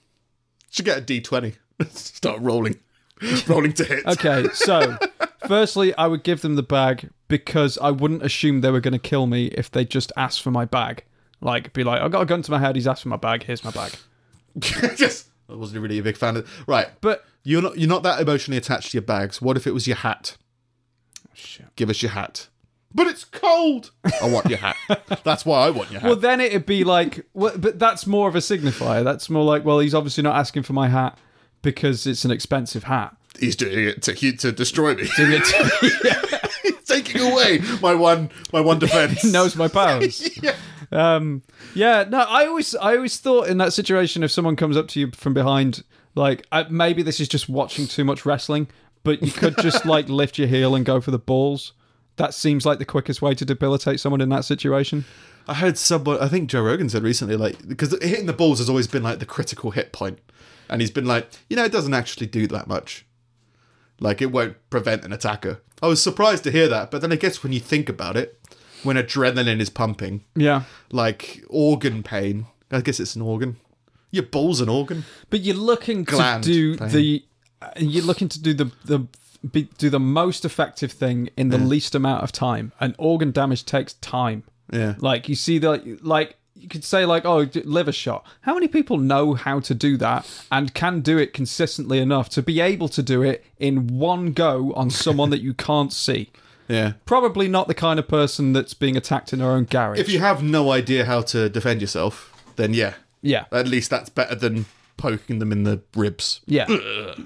Should get a D20. *laughs* Start rolling. *laughs* rolling to hit. okay. So, *laughs* firstly, I would give them the bag because I wouldn't assume they were going to kill me if they just asked for my bag. Like, be like, I got a gun to my head. He's asked for my bag. Here's my bag. *laughs* Just I wasn't really a big fan of Right. But You're not you're not that emotionally attached to your bags. What if it was your hat? shit. Give us your hat. But it's cold. I want *laughs* your hat. That's why I want your hat. Well, then it'd be like, well, but that's more of a signifier. That's more like, well, he's obviously not asking for my hat because it's an expensive hat. *laughs* He's doing it to he- to destroy me. *laughs* He's taking away my one *laughs* my one defense. He knows my powers. Yeah. Um, yeah, no, I always, I always thought in that situation, if someone comes up to you from behind, like I, maybe this is just watching too much wrestling, but you could just like lift your heel and go for the balls. That seems like the quickest way to debilitate someone in that situation. I heard someone, I think Joe Rogan said recently, like, because hitting the balls has always been like the critical hit point. And he's been like, you know, it doesn't actually do that much. Like, it won't prevent an attacker. I was surprised to hear that, but then I guess when you think about it, when adrenaline is pumping, Yeah, like organ pain, I guess it's an organ. Your ball's an organ. but you're looking Gland to do pain. the, uh, you're looking to do the the. Be, do the most effective thing in the least amount of time, and organ damage takes time. Yeah. Like you see the like you could say like, oh, d- liver shot. How many people know how to do that and can do it consistently enough to be able to do it in one go *laughs* on someone that you can't see? Yeah. Probably not the kind of person that's being attacked in her own garage. If you have no idea how to defend yourself, then yeah. yeah, At least that's better than poking them in the ribs. *laughs* yeah,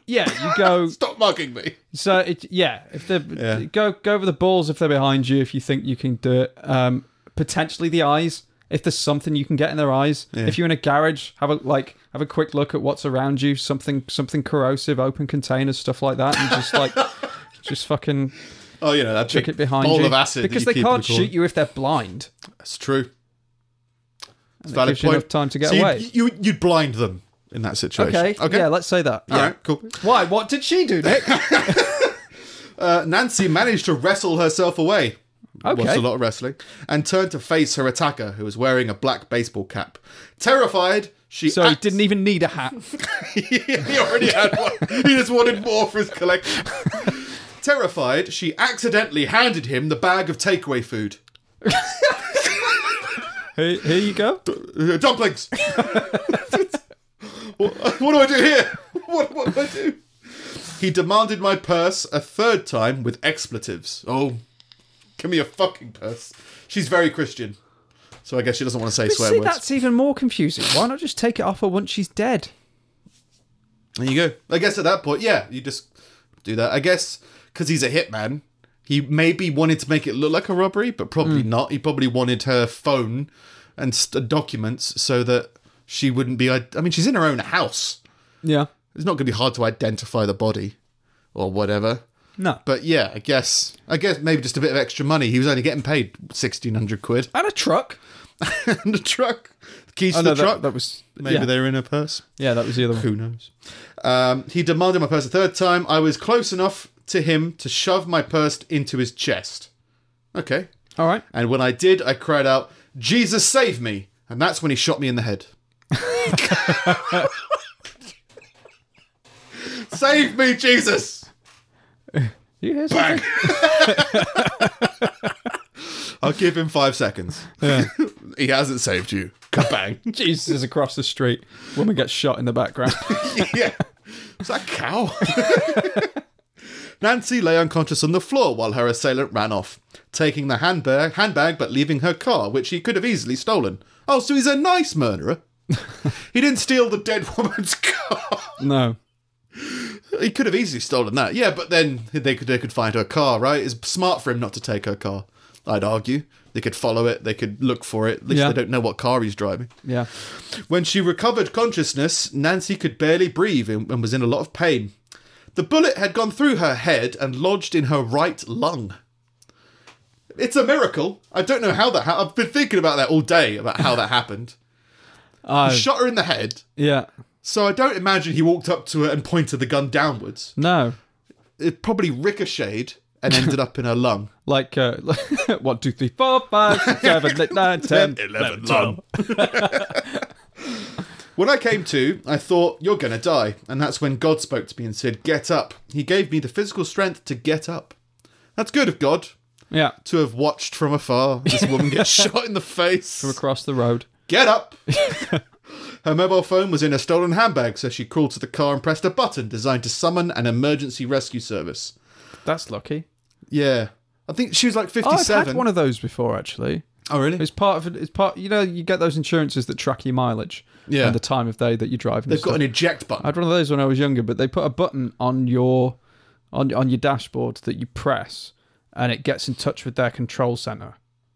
yeah, you go. Stop mugging me. So it, yeah, if they Yeah. go go over the balls if they're behind you, if you think you can do it, um, potentially the eyes. If there's something you can get in their eyes, if you're in a garage, have a like have a quick look at what's around you. Something something corrosive, open containers, stuff like that, and just *laughs* like just fucking Oh, you know, that kick big it behind bowl you of acid. that because you they keep can't recording. shoot you if they're blind. That's true. It's a That gives you enough time to get So you'd- away. You, would you'd blind them in that situation. Okay, Okay. yeah, let's say that. All yeah. right, cool. Why? What did she do, *laughs* Nick? Uh, Nancy managed to wrestle herself away. Okay. Watched a lot of wrestling. And turned to face her attacker, who was wearing a black baseball cap. Terrified, she. so he act- *laughs* didn't even need a hat. he already had one. He just wanted more for *laughs* his collection. Terrified, she accidentally handed him the bag of takeaway food. Here, here you go. *laughs* Uh, dumplings. what, what do I do here? *laughs* What, what do I do? He demanded my purse a third time with expletives. Oh, give me a fucking purse. She's very Christian, so I guess she doesn't want to say swear See, words. that's even more confusing. Why not just take it off her once she's dead? There you go. I guess at that point, yeah, you just do that. I guess because he's a hitman, he maybe wanted to make it look like a robbery, but probably Hmm. not. He probably wanted her phone and st- documents so that she wouldn't be. I I mean, she's in her own house. Yeah. It's not going to be hard to identify the body or whatever. No. But yeah, I guess I guess maybe just a bit of extra money. He was only getting paid sixteen hundred quid *laughs* and a truck. and the truck, the keys to no, the that, truck. that was maybe yeah. they were in her purse. Yeah, that was the other one. Who knows? Um, he demanded my purse a third time. I was close enough to him to shove my purse into his chest. Okay. All right. And when I did, I cried out, Jesus, save me. And that's when he shot me in the *laughs* head. save me, Jesus. You hear something? I'll give him five seconds. *laughs* *laughs* he hasn't saved you. Kabang. Jesus is across the street. Woman gets shot in the *laughs* background. yeah. Is that a cow? *laughs* Nancy lay unconscious on the floor while her assailant ran off, taking the handbag, handbag but leaving her car, which he could have easily stolen. Oh, so he's a nice murderer. he didn't steal the dead woman's *laughs* car. no. he could have easily stolen that. Yeah, but then they could they could find her car, right? It's smart for him not to take her car. I'd argue. They could follow it, they could look for it. At least Yeah. they don't know what car he's driving. Yeah. When she recovered consciousness, Nancy could barely breathe and and was in a lot of pain. The bullet had gone through her head and lodged in her right lung. It's a miracle. I don't know how that ha- I've been thinking about that all day about how that happened. Uh, Shot her in the head. yeah. So I don't imagine he walked up to her and pointed the gun downwards. No. It probably ricocheted and ended up in her lung. Like uh, *laughs* one, two, three, four, five, *laughs* six, seven, eight, nine, ten, *laughs* eleven, twelve. *laughs* When I came to, I thought, you're going to die. And that's when God spoke to me and said, Get up. He gave me the physical strength to get up. That's good of God Yeah. to have watched from afar *laughs* this woman get shot in the face. Across the road. *laughs* Get up! Her mobile phone was in a stolen handbag, so she crawled to the car and pressed a button designed to summon an emergency rescue service. That's lucky. Yeah. I think she was like Oh, I've 57. had one of those before, actually. oh, really? It's part of it's part. You know, you get those insurances that track your mileage Yeah. and the time of day that you're driving. They've got an eject I button. had one of those when I was younger, but they put a button on your on on your dashboard that you press, and it gets in touch with their control center.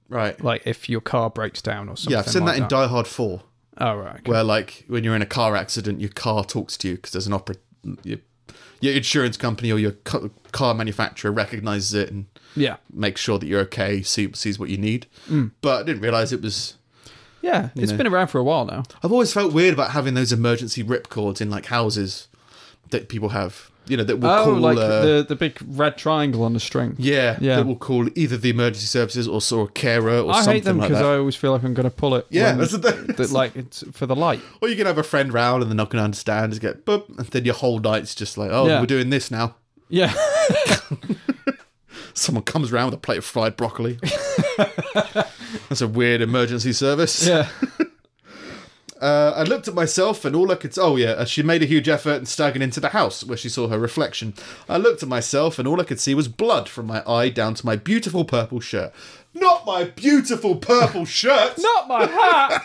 Right. Like if your car breaks down or something. Yeah, I've seen like that in Die Hard 4. Oh right. okay. where like when you're in a car accident, your car talks to you because there's an opera, your, your insurance company or your ca- car manufacturer recognizes it and yeah. makes sure that you're okay, see, sees what you need. Mm. But I didn't realize it was. Yeah. It's know. been around for a while now. I've always felt weird about having those emergency rip cords in like houses that people have, you know, that will Oh, call. like uh, the the big red triangle on the string. yeah, Yeah. that will call either the emergency services or sort of carer or I something hate them like because that. I always feel like I'm going to pull it. yeah, when- that's the thing. that, like it's for the light. Or you can have a friend round and they're not going to understand. Just get boop, and then your whole night's just like, oh, Yeah. we're doing this now. *laughs* Yeah. someone comes around with a plate of fried broccoli. *laughs* That's a weird emergency service. Yeah. Uh, I looked at myself and all I could. Oh yeah, uh, she made a huge effort and staggered into the house where she saw her reflection. I looked at myself and all I could see was blood from my eye down to my beautiful purple shirt. Not my beautiful purple shirt. Not my hat.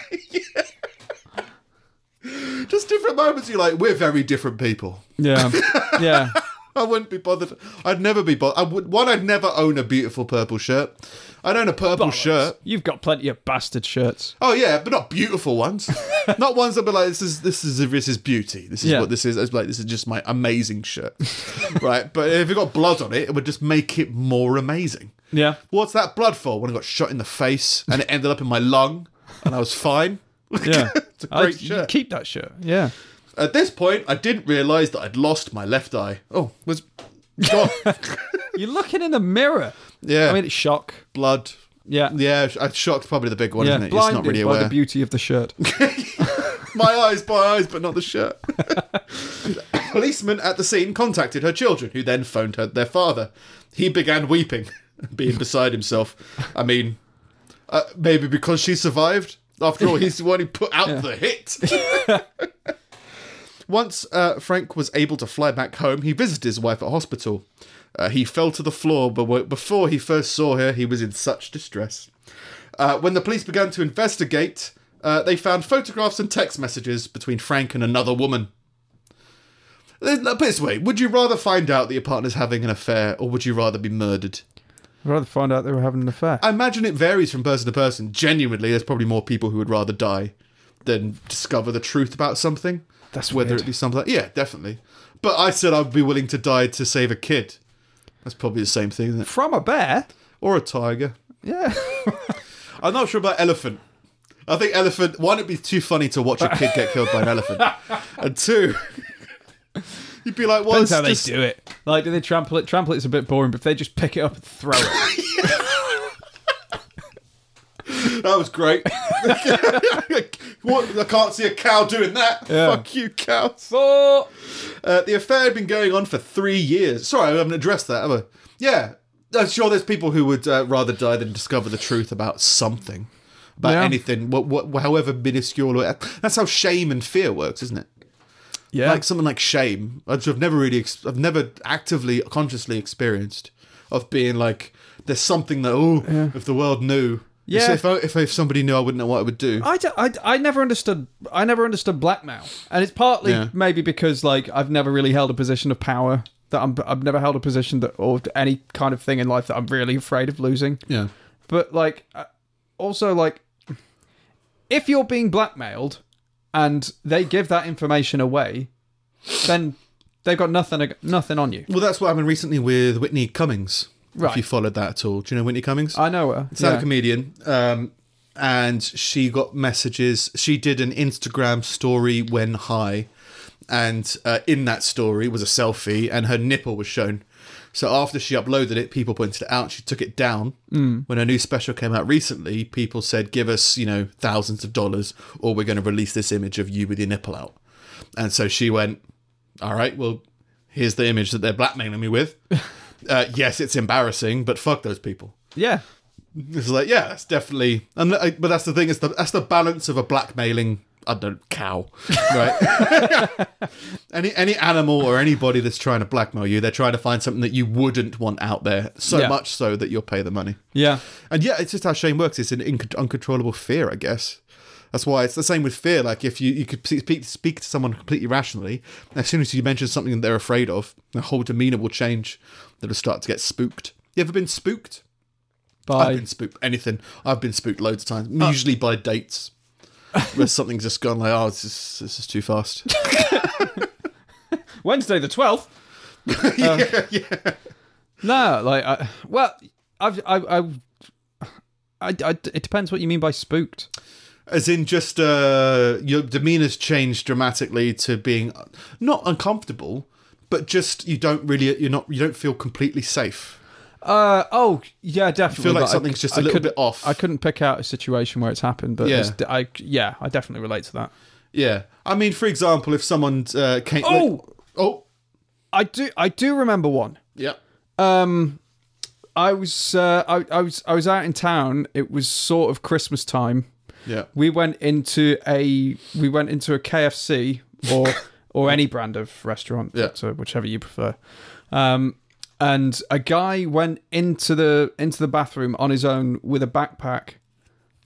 Just different moments. You're like, we're very different people. Yeah. Yeah. I wouldn't be bothered. I'd never be bothered. I would. One, I'd never own a beautiful purple shirt. I'd own a purple *laughs* shirt. You've got plenty of bastard shirts. Oh yeah, but not *laughs* beautiful ones. not ones that be like this is this is this is beauty. This is Yeah. what this is. It's like this is just my *laughs* amazing shirt, right? But if it got blood on it, it would just make it more amazing. Yeah. What's that blood for? When I got shot in the face and it ended up in my lung, and I was fine. *laughs* Yeah. *laughs* It's a great I- you shirt. Keep that shirt. Yeah. At this point, I didn't realise that I'd lost my left eye. Oh, was gone. *laughs* You're looking in the mirror. yeah, I mean, it's shock. blood. Yeah. Yeah, sh- uh, shock's probably the big one, Yeah. isn't it? It's Blinded not really by aware. the beauty of the *laughs* shirt. my eyes, my eyes, but not the shirt. *laughs* Policeman at the scene contacted her children, who then phoned her their father. He began weeping, *laughs* being beside himself. I mean, uh, maybe because she survived. After all, he's the one who put out the hit. *laughs* Once uh, Frank was able to fly back home, he visited his wife at hospital. Uh, he fell to the floor, but w- before he first saw her, he was in such distress. Uh, when the police began to investigate, uh, they found photographs and text messages between Frank and another woman. Let- let- Put it this way: Would you rather find out that your partner's having an affair, or would you rather be murdered? I'd rather find out they were having an affair. I imagine it varies from person to person. Genuinely, there's probably more people who would rather die than discover the truth about something. That's whether weird. it be something. Yeah, definitely. But I said I'd be willing to die to save a kid. That's probably the same thing, isn't it? From a bear. Or a tiger. Yeah. *laughs* I'm not sure about elephant. I think elephant. One, it'd be too funny to watch a kid get killed by *laughs* an elephant, and two, you'd be like, "Well, That's how it's they just- do it. Like, do they trample it? Trample it's a bit boring, but if they just pick it up and throw *laughs* it. that *laughs* was great." what? I can't see a cow doing that. Yeah. Fuck you, cows. Four. Uh, the affair had been going on for three years. Sorry, I haven't addressed that, have I? Yeah, I'm sure there's people who would uh, rather die than discover the truth about something, about Yeah. anything, what, what, however minuscule. Or, that's how shame and fear works, isn't it? Yeah. like something like shame, which I've never really, ex- I've never actively, consciously experienced, of being like, there's something that oh, if the world knew, Yeah. if I, if, I, if somebody knew, I wouldn't know what I would do. I, don't- I, I never understood I never understood blackmail, and it's partly Yeah. maybe because like I've never really held a position of power that I'm I've never held a position that or any kind of thing in life that I'm really afraid of losing. yeah, But like, uh, also like, if you're being blackmailed and they give that information away, then they've got nothing ag- nothing on you. well, that's what happened recently with Whitney Cummings. If Right. you followed that at all, do you know Whitney Cummings? I know her. It's not yeah. a comedian. Um, and she got messages. She did an Instagram story when high, and uh, in that story was a selfie, and her nipple was shown. So after she uploaded it, people pointed it out. She took it down. Mm. When her new special came out recently, people said, "Give us, you know, thousands of dollars, or we're going to release this image of you with your nipple out." And so she went, "All right, well, here's the image that they're blackmailing me with. uh, yes, it's embarrassing, but fuck those people." yeah, It's like, yeah, that's definitely. And I- but that's the thing. It's the that's the balance of a blackmailing. I don't cow, *laughs* right? *laughs* any any animal or anybody that's trying to blackmail you, they're trying to find something that you wouldn't want out there. So Yeah. much so that you'll pay the money. yeah, And yeah, it's just how shame works. It's an inc uncontrollable fear, I guess. That's why it's the same with fear. Like if you, you could pe- speak, speak to someone completely rationally, and as soon as you mention something that they're afraid of, their whole demeanor will change. They'll start to get spooked. You ever been spooked? I've by been spooked. Anything. I've been spooked loads of times, Oh. usually *laughs* by dates. Where something's just gone like, oh, this is, this is too fast. Wednesday the *laughs* twelfth. Uh, No, like, I, well, I've, I, I, I, I- it depends what you mean by spooked. As in, just uh, your demeanor's changed dramatically to being not uncomfortable, but just you don't really, you're not, you don't feel completely safe. Uh, oh, yeah, definitely. Feel like but I- something's just a I little couldn't- bit off. I couldn't pick out a situation where it's happened, but Yeah. yeah, I, yeah, I definitely relate to that. Yeah. I mean, for example, if someone uh, came. Oh! oh, I do, I do remember one. yeah. Um, I was uh, I, I was I was out in town. It was sort of Christmas time. Yeah. We went into a we went into a KFC *laughs* or or any brand of restaurant, Yeah. so whichever you prefer. Um, and a guy went into the into the bathroom on his own with a backpack.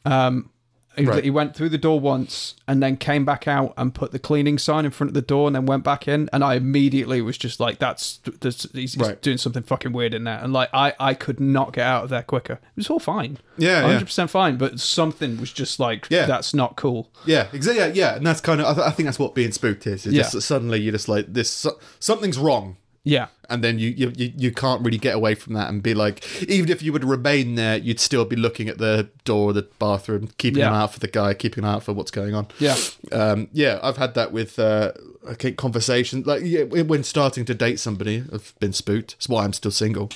Um, he, Right. he went through the door once and then came back out and put the cleaning sign in front of the door and then went back in. And I immediately was just like, "That's, that's he's, he's Right. doing something fucking weird in there." And like, I I could not get out of there quicker. It was all fine, Yeah, yeah. hundred percent fine. But something was just like, Yeah. that's not cool." Yeah, exactly. Yeah, yeah, and that's kind of. I, th- I think that's what being spooked is. It's Yeah. just that suddenly you're just like this. so- Something's wrong, Yeah, and then you, you you you can't really get away from that and be like. Even if you would remain there, you'd still be looking at the door, of the bathroom, keeping an Yeah. eye out for the guy, keeping an eye out for what's going on. Yeah. um, yeah. I've had that with uh, I think conversations like yeah, when when starting to date somebody. I've been spooked. That's why I'm still single.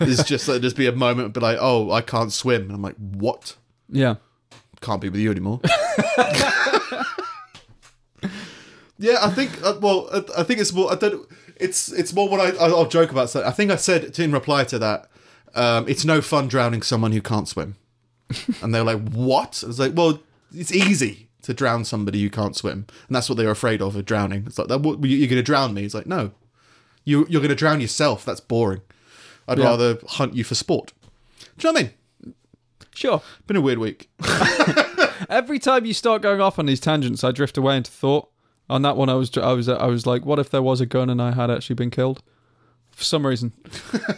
it's just like there's be a moment, and be like, oh, I can't swim, and I'm like, what? yeah, can't be with *laughs* you anymore. *laughs* yeah, I think. Uh, well, uh, I think it's more. I don't. It's it's more what I I- I'll joke about. So I think I said to, in reply to that, um, it's no fun drowning someone who can't *laughs* swim. And they're like, "What?" I was like, "Well, it's easy to drown somebody who can't swim," and that's what they're afraid of of drowning. It's like, that, what, "You're going to drown me." He's like, "No, you you're going to drown yourself. That's boring. I'd Yeah. rather hunt you for sport." Do you know what I mean? sure. Been a weird week. Every time you start going off on these tangents, I drift away into thought. On that one, I was I was I was like, "What if there was a gun and I had actually been killed?" For some *laughs* reason.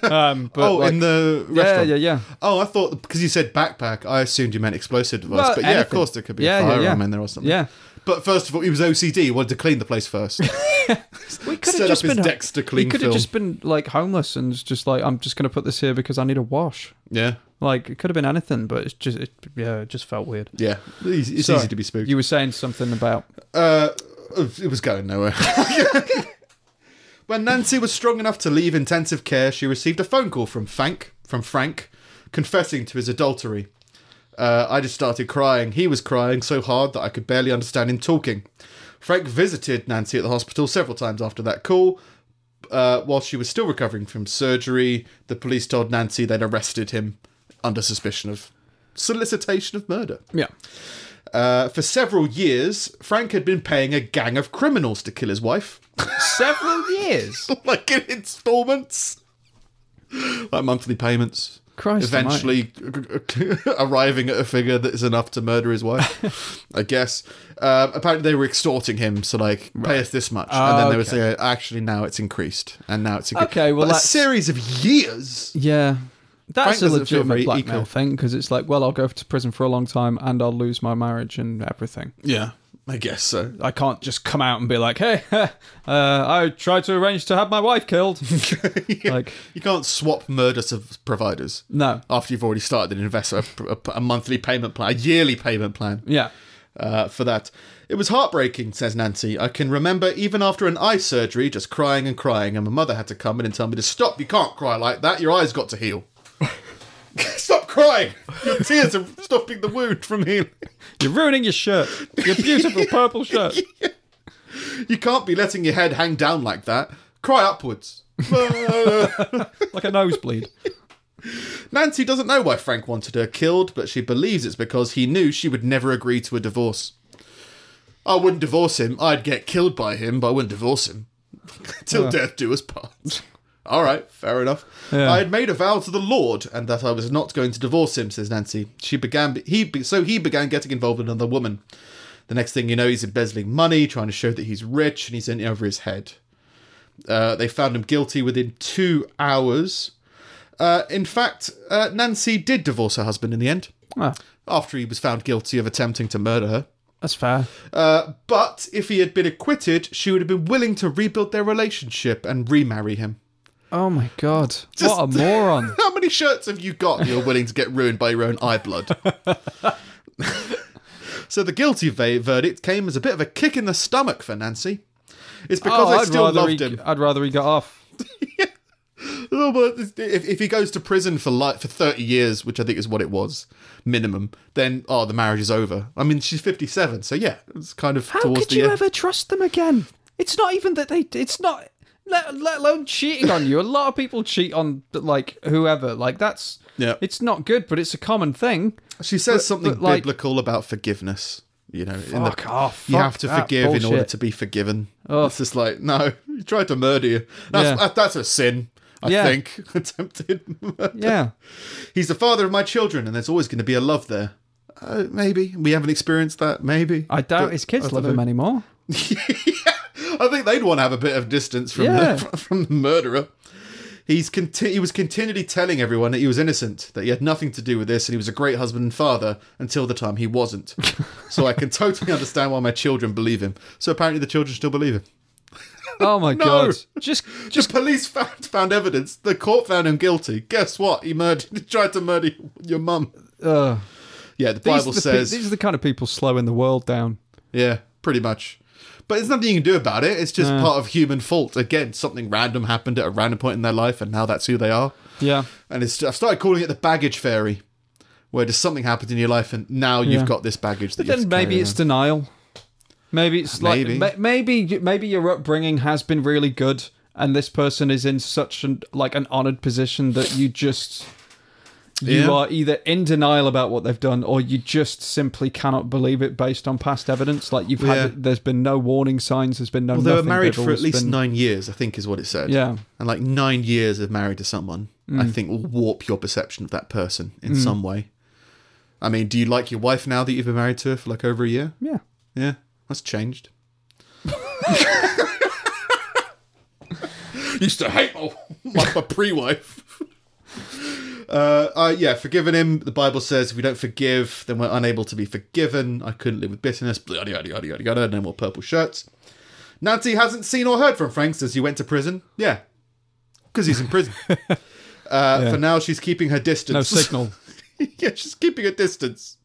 Um, but oh, like- in the yeah, restaurant. yeah, yeah. Oh, I thought because you said backpack, I assumed you meant explosive device. Well, but yeah, of anything. course there could be Yeah, a yeah, firearm yeah. in there or something. Yeah. But first of all, he was OCD. He wanted to clean the *laughs* place first. We could Set have up just his been Dexter clean We could film. have just been like homeless and just like I'm just going to put this here because I need a wash. yeah, Like it could have been anything, but it's just it, yeah, it just felt weird. yeah. It's, it's Sorry. easy to be spooked. You were saying something about uh, it was going nowhere. *laughs* when Nancy was strong enough to leave intensive care, she received a phone call from Frank, from Frank, confessing to his adultery. Uh, I just started crying. He was crying so hard that I could barely understand him talking. Frank visited Nancy at the hospital several times after that call. Uh, while she was still recovering from surgery, the police told Nancy they'd arrested him under suspicion of solicitation of murder. yeah, Uh, for several years, Frank had been paying a gang of criminals to kill his wife, *laughs* several years. like in installments, like monthly payments. Christ Eventually, *laughs* arriving at a figure that is enough to murder *laughs* his wife, I guess. Um, apparently, they were extorting him, so like, pay us this much, and then they would say, "Actually, now it's increased, and now it's increased." Ah, Okay, well, But a that's- series of years. Yeah. That's Frank a doesn't feel very legitimate blackmail equal. thing because it's like, well, I'll go to prison for a long time and I'll lose my marriage and everything. Yeah, I guess so. I can't just come out and be like, hey, *laughs* uh, I tried to arrange to have my wife *laughs* killed. Like, You can't swap murder s- providers. no. after you've already started an investor a, a monthly payment plan, a yearly payment plan Yeah. uh, for that. It was heartbreaking, says Nancy. I can remember even after an eye surgery, just crying and crying, and my mother had to come in and tell me to stop. You can't cry like that. Your eyes got to heal. *laughs* stop crying. Your tears are stopping the wound from healing. You're ruining your shirt. Your *laughs* beautiful purple shirt. You can't be letting your head hang down like that. *laughs* Cry upwards. *laughs* Like a nosebleed. Nancy doesn't know why Frank wanted her killed, but she believes it's because he knew she would never agree to a divorce. I wouldn't divorce him. I'd get killed by him, but I wouldn't divorce him. *laughs* Till death do us part. All right, fair enough. Yeah. I had made a vow to the Lord, and that I was not going to divorce him. Says Nancy. She began. He be- so he began getting involved with another woman. The next thing you know, he's embezzling money, trying to show that he's rich, and he's in over his head. Uh, they found him guilty within two hours. Uh, in fact, uh, Nancy did divorce her husband in the end, Ah, after he was found guilty of attempting to murder her. that's fair. Uh, but if he had been acquitted, she would have been willing to rebuild their relationship and remarry him. Oh my God. Just- *laughs* What a moron. How many shirts have you got that you're willing to get ruined by your own eye blood? *laughs* so the guilty va- verdict came as a bit of a kick in the stomach for Nancy. It's because Oh, I still rather loved he, him. I'd rather he got off. No, but if, if he goes to prison for life for 30 years, which I think is what it was, minimum, then oh, the marriage is over. I mean, she's 57, so yeah, it's kind of How towards could the you end. ever trust them again? It's not even that they. It's not. Let, let alone cheating on you. A lot of people cheat on like whoever. Like that's Yeah. It's not good, but it's a common thing. She says something but, like- biblical about forgiveness. You know, in the, Fuck off, you fuck have to that forgive in order bullshit. Oh. to be forgiven. It's just like, no, *laughs* you tried to murder you. That's, Yeah. that- that's a sin, I Yeah. think. *laughs* Attempted murder. Yeah. He's the father of my children, and there's always going to be a love there. Uh, maybe. We haven't experienced that. Maybe. I doubt But his I kids don't love know. him *laughs* anymore. I think they'd want to have a bit of distance from Yeah. the, *laughs* from the murderer. He's conti- he was continually telling everyone that he was innocent, that he had nothing to do with this, and he was a great husband and father until the time he wasn't. *laughs* so I can totally understand why my children believe him. So apparently the children still believe him. Oh my No. god. *laughs* Just The police found, found evidence. The court found him guilty. Guess what? He murdered. *laughs* He tried to murder your mum. uh, Yeah, the these, Bible are the, pe- says. these are the kind of people slowing the world down. Yeah, pretty much. But there's nothing you can do about it. It's just part of human fault. Again, something random happened at a random point in their life, and now that's who they are. Yeah. And it's I've started calling it the baggage fairy, where just something happened in your life, and now Yeah. you've got this baggage. That But then maybe it's denial. Maybe it's like Maybe. maybe. maybe maybe your upbringing has been really good, and this person is in such an like an honored position that you just you Yeah. are either in denial about what they've done, or you just simply cannot believe it based on past evidence. Like you've Yeah. had, there's been no warning signs. There's been no. Well, they were nothing, married they've for at always least been- nine years, I think, is what it said. Yeah. Mm. and like nine years of married to someone, I think will warp your perception of that person in some way. I mean, do you like your wife now that you've been married to her for like over a year? Yeah. Yeah, that's changed. *laughs* Used to hate my, my, my pre-wife. Uh, uh, yeah, forgiving him. The Bible says if we don't forgive, then we're unable to be forgiven. I couldn't live with bitterness. Yada yada yada yada yada. No more purple shirts. Nancy hasn't seen or heard from Frank since he went to prison. Yeah, because he's in *laughs* prison. uh, For now, she's keeping her distance. No signal. *laughs* yeah, she's keeping a distance.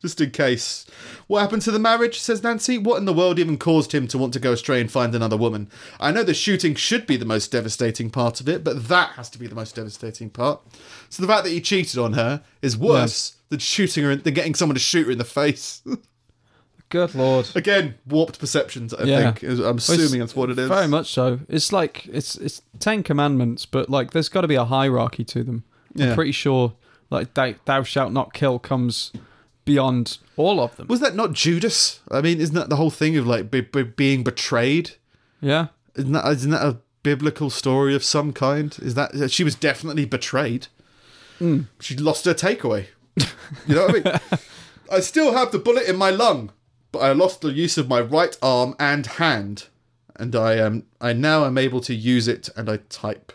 Just in case. What happened to the marriage, says Nancy? What in the world even caused him to want to go astray and find another woman? I know the shooting should be the most devastating part of it, but that has to be the most devastating part. So the fact that he cheated on her is worse than shooting her in, than getting someone to shoot her in the face. *laughs* *laughs* Good lord. Again, warped perceptions, I Yeah. think. is- I'm Well, it's assuming that's what it is. Very much so. It's like it's it's Ten Commandments, but like there's got to be a hierarchy to them. Yeah. I'm pretty sure like thou, thou shalt not kill comes beyond all of them. Was that not Judas? I mean, isn't that the whole thing of like be, be, being betrayed? Yeah. Isn't that, isn't that a biblical story of some kind? Is that she was definitely betrayed? Hmm. She lost her takeaway. You *laughs* know what I mean? I still have the bullet in my lung, but I lost the use of my right arm and hand, and I am I now am able to use it and I type.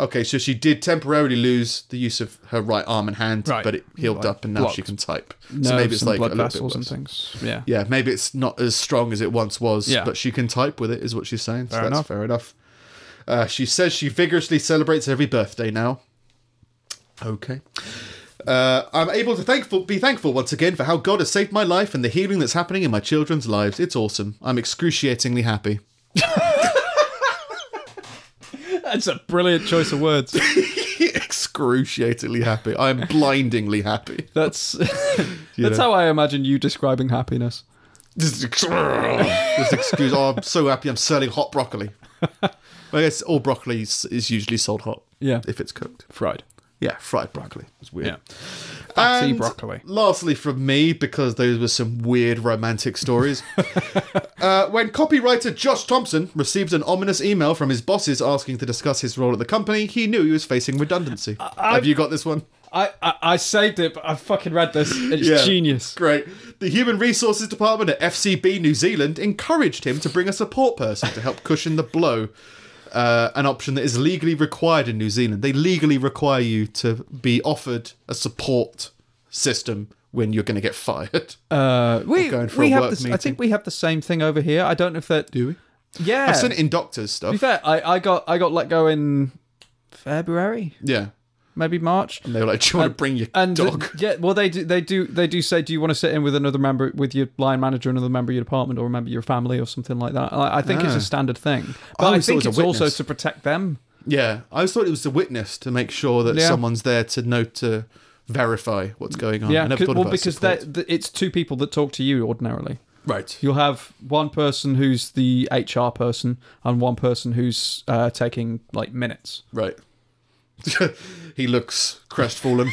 Okay, so she did temporarily lose the use of her right arm and hand, Right. but it healed Like, up and now she blocked can type. Nerves so maybe it's and like blood a little vessels bit and worse. things. Yeah. Yeah, maybe it's not as strong as it once was, Yeah. but she can type with it, is what she's saying. So Fair that's enough. fair enough. Uh, she says she vigorously celebrates every birthday now. Okay. Uh, I'm able to thankful, be thankful once again for how God has saved my life and the healing that's happening in my children's lives. It's awesome. I'm excruciatingly happy. *laughs* *laughs* That's a brilliant choice of *laughs* words. excruciatingly happy. I'm blindingly happy. *laughs* That's *laughs* know. That's how I imagine you describing happiness. Just, ex- just excuse. Oh, I'm so happy. I'm selling *laughs* hot broccoli. Well, I guess all broccoli is, is usually sold hot. Yeah. if it's cooked. Fried. Yeah, fried broccoli. It's weird. Yeah. Fatty And broccoli. Lastly, from me, because those were some weird *laughs* romantic stories. uh, when copywriter Josh Thompson received an ominous email from his bosses asking to discuss his role at the company, he knew he was facing redundancy. Have you got this one? I, I I saved it, but I fucking read this. It's Yeah. genius. Great. The Human Resources Department at FCB New Zealand encouraged him to bring a support person to help cushion the blow. Uh, an option that is legally required in New Zealand. They legally require you to be offered a support system when you're going to get *laughs* fired. Uh, we going for we a have work this, I meeting. think we have the same thing over here. I don't know if that. Do we? Yeah. I've seen it in doctors' To be stuff. fair, I, I got I got let go in February, Yeah. maybe March. And they were like, do you want to bring your And uh, dog? yeah, well they do they do they do say, do you want to sit in with another member with your line manager, another member of your department, or a member of your family, or something like that? I, I think it's Ah. a standard thing, I but I, always thought think it was it's a also witness. to protect them. *laughs* yeah. I always thought it was the witness to make sure that Yeah. someone's there to know to verify what's going on. I Yeah, never 'cause- thought well about because support. they're- th- it's two people that talk to you ordinarily. Right. You'll have one person who's the HR person and one person who's uh, taking like minutes. Right. *laughs* he looks crestfallen.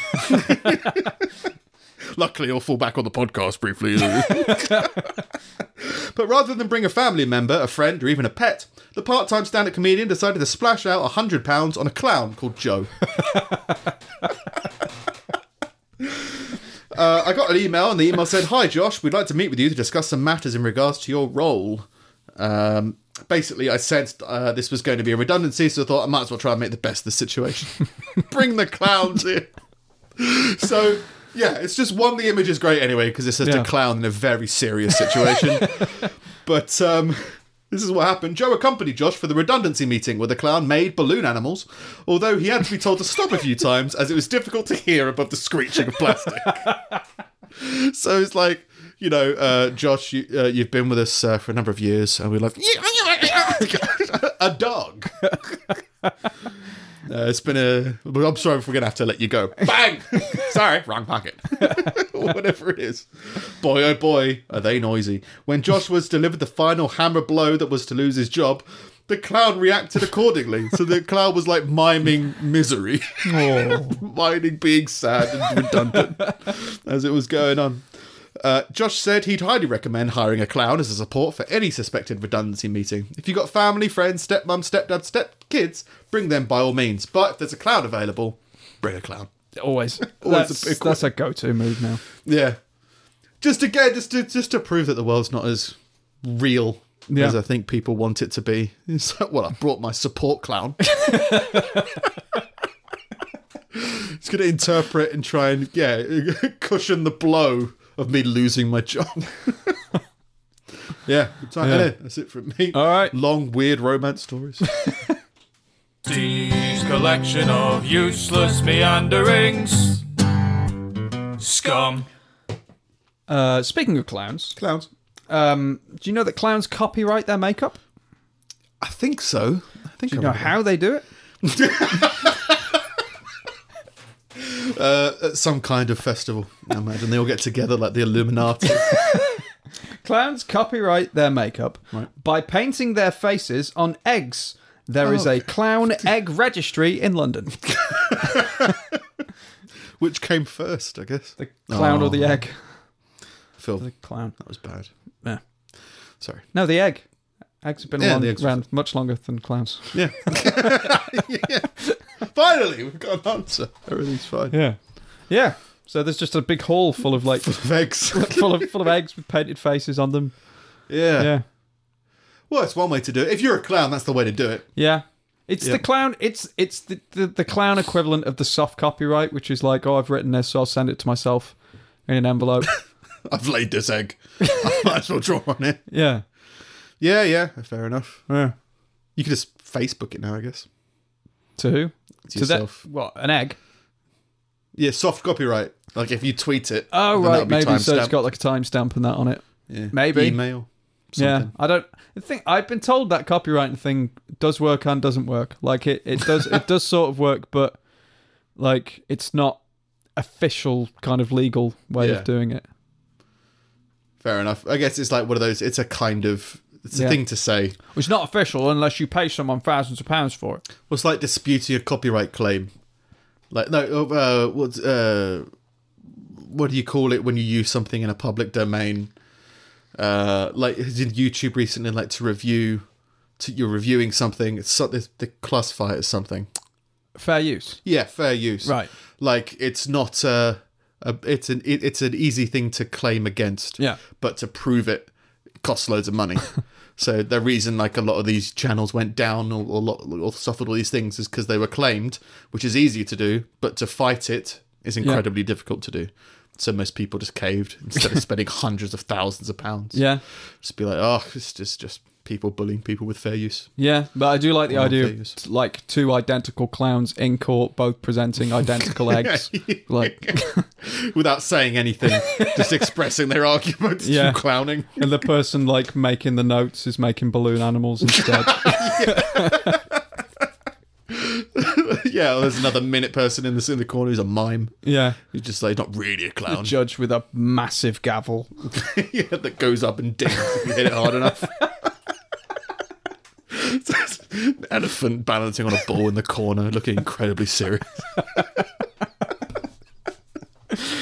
*laughs* Luckily, I'll fall back on the podcast briefly. *laughs* but rather than bring a family member, a friend, or even a pet, the part time stand up comedian decided to splash out £100 on a clown called Joe. Uh, I got an email, and the email said, "Hi Josh, we'd like to meet with you to discuss some matters in regards to your role." Um, basically, I sensed uh, this was going to be a redundancy, so I thought I might as well try and make the best of the situation. Bring the clowns in. so. Yeah, it's just one. The image is great anyway because it's just Yeah. a clown in a very serious situation. but um, this is what happened. Joe accompanied Josh for the redundancy meeting where the clown made balloon animals, although he had to be told to stop a few times as it was difficult to hear above the screeching of plastic. *laughs* So it's like, you know, uh, Josh, you, uh, you've been with us uh, for a number of years, and we're like, *laughs* a dog. uh, it's been a. well, I'm sorry if we're going to have to let you *laughs* go. Bang! sorry, wrong pocket. *laughs* Whatever it is. Boy, oh boy, are they noisy. When Josh was delivered the final hammer blow that was to lose his job, the clown reacted accordingly. So the clown was like miming misery *laughs* Oh. mining being sad and redundant *laughs* as it was going on. Uh, Josh said he'd highly recommend hiring a clown as a support for any suspected redundancy meeting. If you've got family, friends, stepmom, stepdad, stepkids, bring them by all means. But if there's a clown available, bring a clown. *laughs* Always. Always that's, a big that's a go-to move now. Yeah. Just again, just to just to prove that the world's not as real Yeah. as I think people want it to be. *laughs* It's like, well, I brought my support clown. *laughs* it's going to interpret and try and yeah, *laughs* cushion the blow of me losing my job. *laughs* yeah, good time. Yeah. Anyway, that's it from me. All right. long weird romance stories. Steve's collection of useless meanderings. Scum. Uh, speaking of *laughs* clowns, Clowns. um, do you know that clowns copyright their makeup? I think so. I think Do you I know remember. how they do it? at some kind of festival. I imagine they all get together like the Illuminati. Clowns copyright their makeup Right. by painting their faces on eggs. There Oh, is a *laughs* clown egg registry in London. Which came first, I guess. The clown or the Oh. egg? Phil, The that clown. was bad. Yeah. Sorry. No, the egg. Eggs have been Yeah, along- the eggs- around much longer than clowns. Yeah. *laughs* yeah. Finally, we've got an answer. Everything's fine. Yeah. Yeah. So there's just a big hall full of *laughs* like Thanks. full of full of eggs with painted faces on them. yeah. Yeah. Well, it's one way to do it. If you're a clown, that's the way to do it. Yeah. It's Yeah. the clown it's it's the, the, the clown equivalent of the soft copyright, which is like, oh I've written this, so I'll send it to myself in an *laughs* envelope. I've laid this egg. *laughs* I might as well draw on it. yeah. Yeah, yeah. Fair enough. Yeah. You could just Facebook it now, I guess. To who? that- To yourself. what, an egg? Yeah, soft copyright. Like if you tweet it. Oh then that'll right, be maybe so it's timestamped. got like a timestamp and that on it. Yeah. maybe. email. Something. Yeah, I don't I think I've been told that copyright thing does work and doesn't work. Like it, it does it does sort of work, but like it's not official kind of legal way Yeah. of doing it. Fair enough. I guess it's like one of those. It's a kind of. It's a Yeah. thing to say. It's not official unless you pay someone thousands of pounds for it. Well, it's like disputing a copyright claim. Like no, uh, what uh, what do you call it when you use something in a public domain? Uh, like did YouTube recently, like to review, to, you're reviewing something. It's something they classify it as something. Fair use. Yeah, fair use. Right. Like it's not a, a it's an it, it's an easy thing to claim against. Yeah. But to prove it costs loads of *laughs* money. so the reason like a lot of these channels went down or or, lot, or suffered all these things is because they were claimed, which is easy to do, but to fight it is incredibly difficult to do. So most people just caved instead *laughs* of spending hundreds of thousands of pounds. Yeah, Just be like, oh, it's just just people bullying people with fair use. yeah, but I do like the Well, idea fair use. of like two identical clowns in court, both presenting identical eggs. *laughs* Like, *laughs* without saying anything, just expressing their arguments Yeah. through clowning. *laughs* and the person like making the notes is making balloon animals instead. yeah, well, there's another minute person in the in the corner who's a mime. Yeah. Who's just like not really a clown. Judge with a massive gavel. *laughs* yeah, that goes up and dings if you hit it hard enough. *laughs* It's just an elephant balancing on a ball in the corner, looking incredibly serious. *laughs*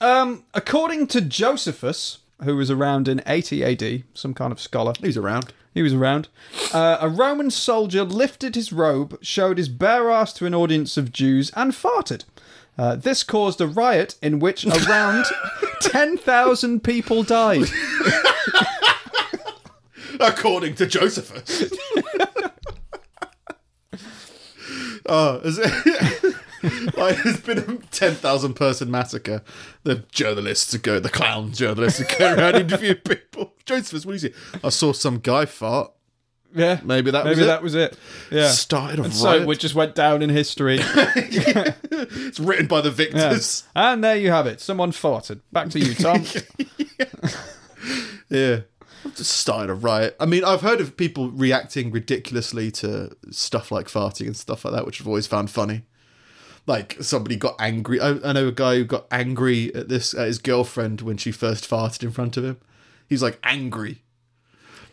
Um, according to Josephus, who was around in 80 AD, some kind of scholar, He's around. he was around, uh, a Roman soldier lifted his robe, showed his bare ass to an audience of Jews, and farted. Uh, this caused a riot in which around 10,000 people died. according to Josephus. *laughs* oh, is it? *laughs* like, there's been a 10,000 person massacre. The journalists go, the clown journalists go around interviewing people. Josephus, what do you see? I saw some guy fart. Yeah. Maybe that Maybe was it. that was it. Yeah. Started a riot. so it just went down in history. *laughs* it's written by the Yeah. victors. And there you have it. Someone farted. Back to you, *laughs* Tom. Yeah. Just started a riot. I mean, I've heard of people reacting ridiculously to stuff like farting and stuff like that, which I've always found funny. Like somebody got angry. I, I know a guy who got angry at this at his girlfriend when she first farted in front of him. He's like angry.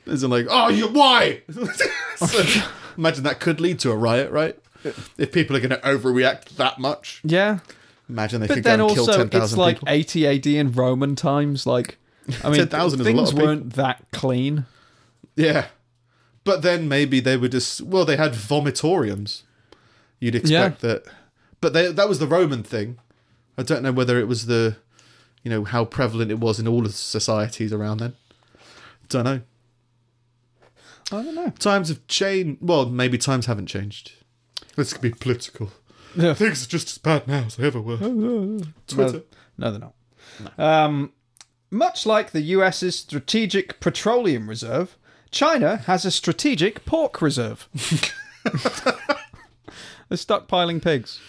As in like, oh, you why? *laughs* so, imagine that could lead to a riot, right? If people are going to overreact that much, yeah. imagine they But could then go and kill also, ten it's thousand like people. 80 AD in Roman times. Like, I *laughs* mean, 10,000 is a lot things of people. weren't that clean. Yeah. But then maybe they were just well, they had vomitoriums. You'd expect that but they, that was the Roman thing. I don't know whether it was the you know, how prevalent it was in all the societies around then. Don't know. I don't know. Times have changed well, maybe times haven't changed. This could be political. Yeah. Oh, Things are just as bad now as they ever were. Twitter. No, they're not. Um, much like the US's strategic petroleum reserve, China has a strategic pork *laughs* reserve. they're stockpiling pigs.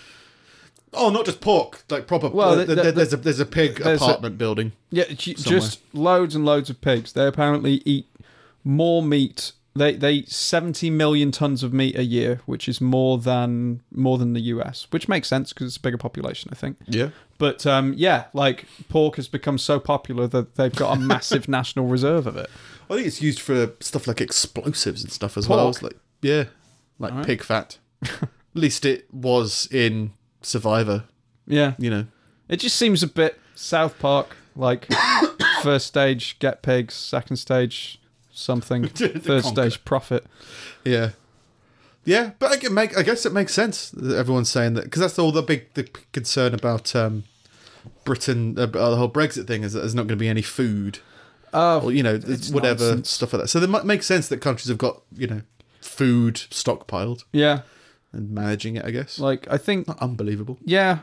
Oh, not just pork, like proper. Well, Well, the- the- there's a there's a pig there's a- apartment building. Yeah, ju- Somewhere. just loads and loads of pigs. They apparently eat more meat. They they eat 70 million tons of meat a year, which is more than more than the US, which makes sense because it's a bigger population, I think. Yeah. But um, yeah, like pork has become so popular that they've got *laughs* a massive national reserve of it. I think it's used for stuff like explosives and stuff as Pork. well. It's like yeah, like pig fat. *laughs* At least it was in Survivor. Yeah, You know, it just seems a bit South Park like. *coughs* first stage, get pigs. Second stage, something. Third Conquer. stage, profit. yeah, yeah. But I, can make, I guess it makes sense. that Everyone's saying that because that's all the big the concern about um, Britain, uh, the whole Brexit thing is that there's not going to be any food Oh, or you know whatever nonsense. stuff like that. So it might make sense that countries have got you know food stockpiled yeah. and managing it. I guess Like I think, unbelievable. yeah,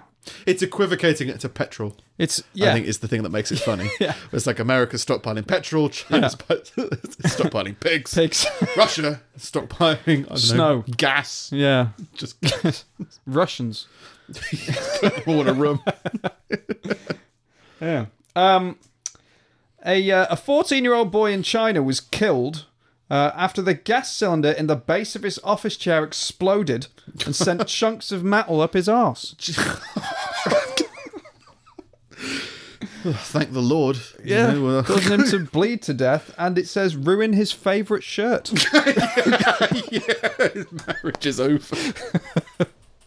It's equivocating it to petrol. it's yeah. I think is the thing that makes it funny. *laughs* Yeah. It's like America stockpiling petrol, China *laughs* stockpiling pigs, pigs. *laughs* Russia stockpiling I don't know, Snow. gas, yeah. just *laughs* Russians. all in a room. Yeah. Um, a uh, a 14 year old boy in China was killed uh, after the gas cylinder in the base of his office chair exploded and sent chunks of metal up his arse. Thank the Lord. You know, uh, *laughs* well, *laughs* causing him to bleed to death, and it says ruin his favorite *laughs* shirt. marriage is over.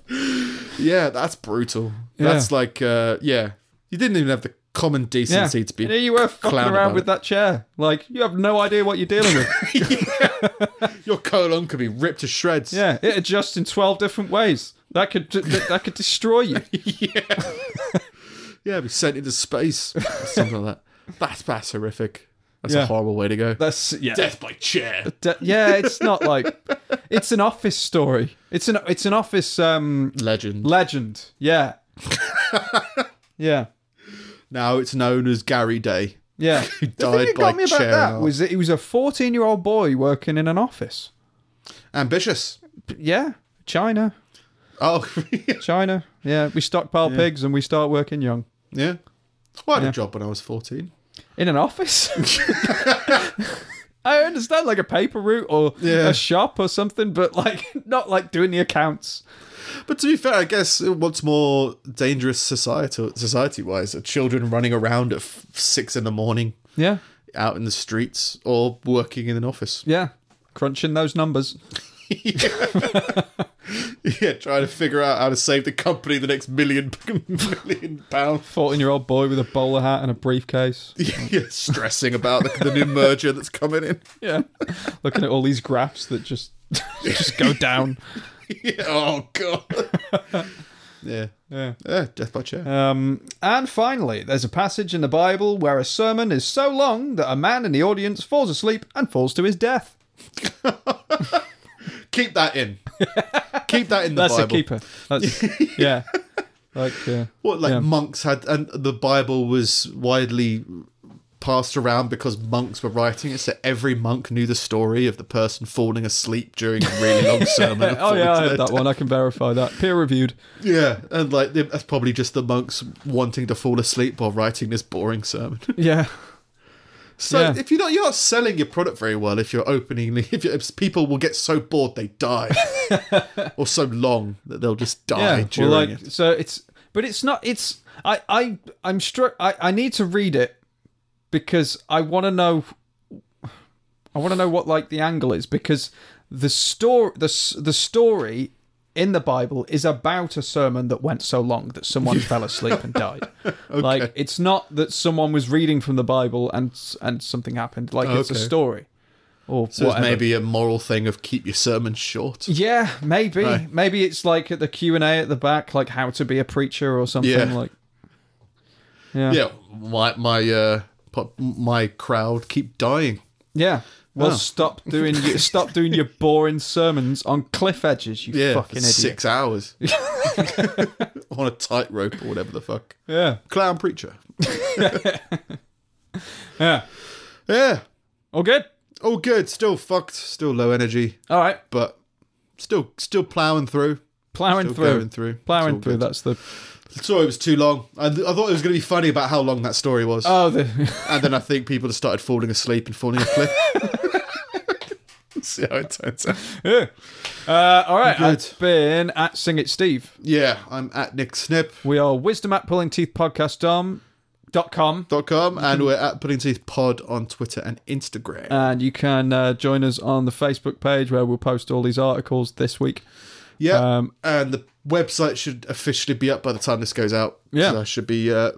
*laughs* yeah, that's brutal. That's like, uh, yeah, you didn't even have the common decency to be. And here you were fucking clown around about with it. that chair. Like you have no idea what you're dealing *laughs* with. Your colon could be ripped to shreds. yeah, it adjusts in 12 different ways. That could that, that could destroy *laughs* you. yeah, be sent into space, something like that. That's that's horrific. That's Yeah. a horrible way to go. That's yeah. Death by chair. D- yeah, it's not like it's an office story. It's an it's an office um Legend. legend. *laughs* Yeah. yeah. Now it's known as Gary Day. Yeah. the thing died that got by me about chair that and was that he was a 14-year-old boy working in an office. Ambitious. P- Yeah. China. Oh, *laughs* China. Yeah, we stockpile pigs and we start working young. yeah. I had a job when I was 14. In an office? *laughs* I understand like a paper route or Yeah. a shop or something, but like not like doing the accounts. But to be fair, I guess what's more dangerous society society wise are children running around at f- six in the morning Yeah, out in the streets or working in an office. *laughs* yeah, crunching those numbers. Yeah, trying to figure out how to save the company the next million *laughs* million pound. Fourteen-year-old boy with a bowler hat and a briefcase. *laughs* yeah, stressing about the, the new merger that's coming in. *laughs* Yeah, looking at all these graphs that just *laughs* just go down. Yeah, oh god. *laughs* yeah. Yeah. Yeah, death by chair. Um, and finally, there's a passage in the Bible where a sermon is so long that a man in the audience falls asleep and falls to his death. Keep that in. Keep that in the That's Bible. a keeper. That's *laughs* yeah. Like uh, What like Yeah. monks had, and the Bible was widely passed around because monks were writing it, so every monk knew the story of the person falling asleep during a really *laughs* long sermon. and oh falling yeah, I to heard their that one. I can verify that. Peer *laughs* reviewed. Yeah, and like they- that's probably just the monks wanting to fall asleep while writing this boring sermon. *laughs* Yeah. so Yeah. if you're not you're not selling your product very well, if you're opening, *laughs* if, you if people will get so bored they *laughs* die, or so long that they'll just die Yeah. Well, during like it. so it's but it's not it's I I I'm struck I I need to read it because I want to know I want to know what like the angle is because the story the s- the story in the Bible is about a sermon that went so long that someone fell asleep and *laughs* died. Like it's not that someone was reading from the Bible and s- and something happened. Like it's okay. a story. Or So it's whatever. maybe a moral thing of keep your sermon short. Yeah, maybe. Right. Maybe it's like at the Q and A at the back, like how to be a preacher or something. Yeah. Like, yeah, yeah. Yeah, my my uh po- my crowd keep dying. Well, Oh. stop doing your, stop doing your boring sermons on cliff edges. You Yeah, fucking idiot. *laughs* six hours *laughs* on a tightrope or whatever the fuck. Yeah, Clown preacher. yeah. Yeah, All good. all good. Still fucked. Still low energy, All right, but still still plowing through. plowing Still through, going through. It's all plowing through. good. That's the Sorry, it was too long. I, I thought it was going to be funny about how long that story was, oh the *laughs* and then I think people just started falling asleep *laughs* and falling off cliff. See how it turns out. yeah. Uh, all right, Good. I've been at Sing It Steve. Yeah, I'm at Nick Snip. We are Wisdom at Pulling Teeth Podcast Dom dot com dot com and we're at Putting Teeth Pod on Twitter and Instagram. and you can uh, join us on the Facebook page where we'll post all these articles this week. yeah, um, and the website should officially be up by the time this goes out. Yeah. so I should be uh,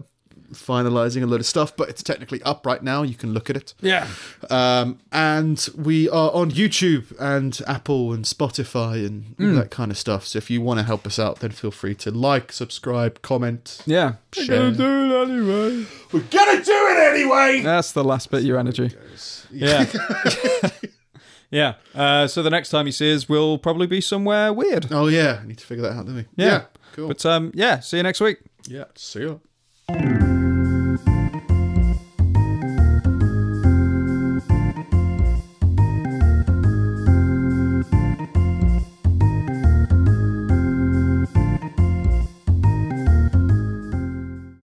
finalizing a load of stuff, but it's technically up right now. You can look at it. Yeah. Um, and we are on YouTube and Apple and Spotify and Hmm. all that kind of stuff. So if you want to help us out, then feel free to like, subscribe, comment, Yeah. share. it anyway. We're gonna do it anyway. That's the last bit of your energy. Yeah. *laughs* yeah. Uh, so the next time you see us, we'll probably be somewhere weird. Oh yeah, I need to figure that out, don't we? cool. But um, yeah, see you next week. yeah, see ya.